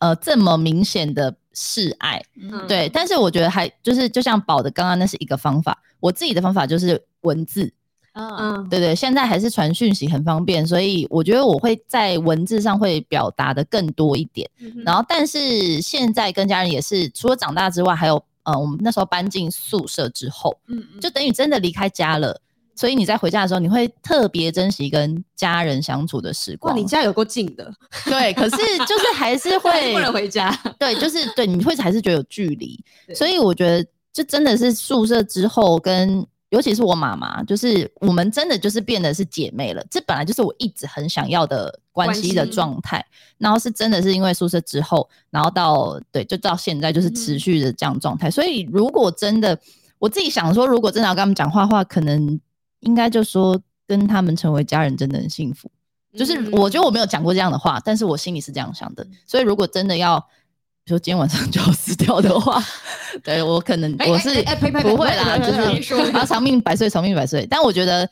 [SPEAKER 3] 呃这么明显的示爱，
[SPEAKER 1] 嗯
[SPEAKER 3] 对，但是我觉得还就是就像宝的刚刚那是一个方法，我自己的方法就是文字，
[SPEAKER 2] 嗯，
[SPEAKER 1] 嗯，
[SPEAKER 3] 对对，现在还是传讯息很方便，所以我觉得我会在文字上会表达的更多一点。
[SPEAKER 1] 嗯
[SPEAKER 3] 然后，但是现在跟家人也是，除了长大之外，还有呃，我们那时候搬进宿舍之后，
[SPEAKER 2] 嗯嗯，
[SPEAKER 3] 就等于真的离开家了。所以你在回家的时候，你会特别珍惜跟家人相处的时
[SPEAKER 1] 哇，
[SPEAKER 3] 光。
[SPEAKER 1] 你家有够近的，
[SPEAKER 3] 对，可是就是还是 会
[SPEAKER 1] 不能回家。
[SPEAKER 3] 对，就是对，你会还是觉得有距离。
[SPEAKER 1] 对
[SPEAKER 3] 所以我觉得，就真的是宿舍之后跟。尤其是我妈妈，就是我们真的就是变得是姐妹了。这本来就是我一直很想要的关
[SPEAKER 1] 关
[SPEAKER 3] 系的
[SPEAKER 1] 系
[SPEAKER 3] 状态，然后是真的是因为宿舍之后，然后到对，就到现在就是持
[SPEAKER 2] 嗯
[SPEAKER 3] 续的这样状态。所以如果真的我自己想说，如果真的要跟他们讲话的话，可能应该就说跟他们成为家人真的很幸福。就是
[SPEAKER 1] 嗯
[SPEAKER 3] 我觉得我没有讲过这样的话，但是我心里是这样想的。所以如果真的要，比如说今天晚上就要死掉 的话，对我可能
[SPEAKER 1] 哎
[SPEAKER 3] 我是
[SPEAKER 1] 哎哎呸呸呸
[SPEAKER 3] 不会啦，
[SPEAKER 1] 呸呸
[SPEAKER 3] 就
[SPEAKER 1] 呸呸
[SPEAKER 3] 是 然后长命百岁，长命百岁。但我觉得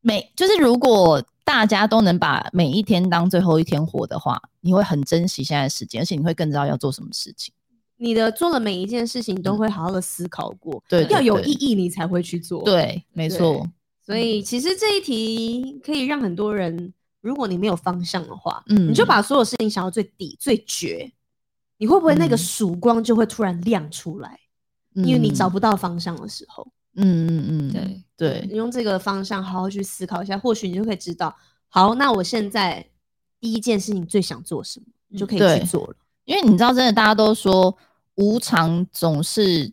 [SPEAKER 3] 每就是如果大家都能把每一天当最后一天活的话，你会很珍惜现在的时间，而且你会更知道要做什么事情。
[SPEAKER 1] 你的做的每一件事情都会好好的思考过，
[SPEAKER 3] 嗯对，对
[SPEAKER 1] 要有
[SPEAKER 3] 对
[SPEAKER 1] 意义你才会去做。，
[SPEAKER 3] 对，嗯没错，
[SPEAKER 1] 所以其实这一题可以让很多人，如果你没有方向的话，
[SPEAKER 3] 嗯，
[SPEAKER 1] 你就把所有事情想到最底最绝，你会不会那个
[SPEAKER 3] 嗯
[SPEAKER 1] 曙光就会突然亮出来？因为你找不到方向的时候，
[SPEAKER 3] 嗯嗯嗯，嗯
[SPEAKER 2] 对，
[SPEAKER 3] 对
[SPEAKER 1] 你用这个方向好好去思考一下，或许你就可以知道，好，那我现在第一件事情最想做什么，你就可以
[SPEAKER 3] 嗯对
[SPEAKER 1] 去做了。
[SPEAKER 3] 因为你知道，真的大家都说无常总是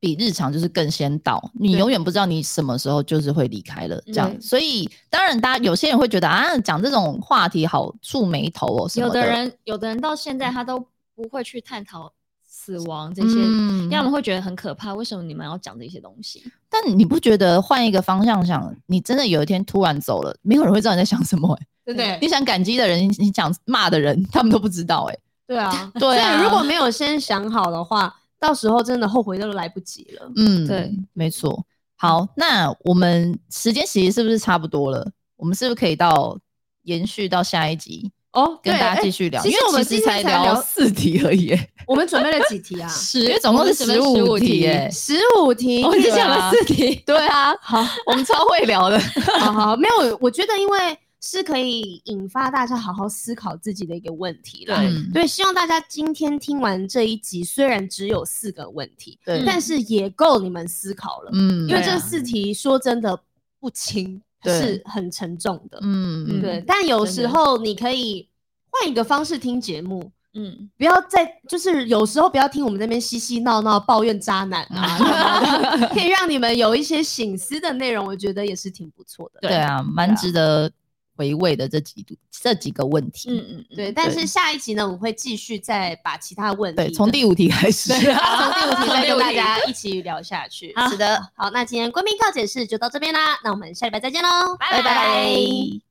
[SPEAKER 3] 比日常就是更先到，你
[SPEAKER 1] 对
[SPEAKER 3] 永远不知道你什么时候就是会离开了，这样。
[SPEAKER 1] 对
[SPEAKER 3] 所以当然，大家有些人会觉得啊，讲这种话题好触眉头哦什么
[SPEAKER 2] 有的
[SPEAKER 3] 的
[SPEAKER 2] 人，有的人到现在他都不会去探讨死亡这些，
[SPEAKER 3] 嗯，
[SPEAKER 2] 要么会觉得很可怕，为什么你们要讲这些东西？
[SPEAKER 3] 但你不觉得换一个方向想，你真的有一天突然走了，没有人会知道你在想什么、欸？
[SPEAKER 1] 对
[SPEAKER 2] 不对
[SPEAKER 3] 你想感激的人，你想骂的人，他们都不知道、欸。
[SPEAKER 1] 对啊，
[SPEAKER 3] 对啊
[SPEAKER 1] 所以如果没有先想好的话，到时候真的后悔都来不及了。
[SPEAKER 3] 嗯，
[SPEAKER 2] 对，
[SPEAKER 3] 没错。好，那我们时间其实是不是差不多了？我们是不是可以到延续到下一集，
[SPEAKER 1] 哦，
[SPEAKER 3] 跟
[SPEAKER 1] 对
[SPEAKER 3] 大家
[SPEAKER 1] 哎
[SPEAKER 3] 继续聊？
[SPEAKER 1] 其
[SPEAKER 3] 因
[SPEAKER 1] 实
[SPEAKER 3] 为
[SPEAKER 1] 我们
[SPEAKER 3] 其
[SPEAKER 1] 今
[SPEAKER 3] 实
[SPEAKER 1] 天才聊
[SPEAKER 3] 四题而已，
[SPEAKER 1] 我们准备了几 题啊？
[SPEAKER 3] 是，因为总共是 十
[SPEAKER 2] 我们准备
[SPEAKER 3] 五
[SPEAKER 2] 15
[SPEAKER 3] 题
[SPEAKER 2] 题
[SPEAKER 3] 耶。
[SPEAKER 1] 十五题，
[SPEAKER 3] 我们只讲了四
[SPEAKER 1] 题。
[SPEAKER 3] 对 啊，
[SPEAKER 1] 好，
[SPEAKER 3] 我们超会聊的。
[SPEAKER 1] 好好，没有，我觉得因为是可以引发大家好好思考自己的一个问题啦。
[SPEAKER 2] 对
[SPEAKER 3] 嗯
[SPEAKER 1] 对，希望大家今天听完这一集，虽然只有四个问题，
[SPEAKER 3] 对，
[SPEAKER 1] 嗯但是也够你们思考了。
[SPEAKER 3] 嗯
[SPEAKER 1] 因为
[SPEAKER 2] 对
[SPEAKER 1] 这
[SPEAKER 2] 啊
[SPEAKER 1] 四题说真的不轻，
[SPEAKER 3] 对
[SPEAKER 1] 是很沉重的。
[SPEAKER 3] 嗯
[SPEAKER 1] 对
[SPEAKER 2] 嗯，
[SPEAKER 1] 但有
[SPEAKER 2] 真
[SPEAKER 1] 时
[SPEAKER 2] 的
[SPEAKER 1] 候你可以换一个方式听节目，
[SPEAKER 2] 嗯，
[SPEAKER 1] 不要再就是有时候不要听我们这边嬉嬉闹闹抱怨渣男 啊， 可以让你们有一些醒思的内容，我觉得也是挺不错的。
[SPEAKER 2] 对
[SPEAKER 3] 对啊，蛮
[SPEAKER 1] 啊
[SPEAKER 3] 值得回味的这几这几个问题。
[SPEAKER 2] 嗯嗯嗯，
[SPEAKER 1] 对，但
[SPEAKER 3] 对
[SPEAKER 1] 是下一集呢，我们会继续再把其他问题
[SPEAKER 3] 对，从
[SPEAKER 1] 跟
[SPEAKER 3] 第五题开始。
[SPEAKER 1] 从第五题再
[SPEAKER 2] 从第
[SPEAKER 1] 跟
[SPEAKER 2] 五
[SPEAKER 1] 大
[SPEAKER 2] 题
[SPEAKER 1] 家一起聊下去。
[SPEAKER 2] 好
[SPEAKER 1] 是的，好，那今天闺蜜告解释就到这边啦，那我们下礼拜再见喽，
[SPEAKER 2] 拜拜
[SPEAKER 1] 拜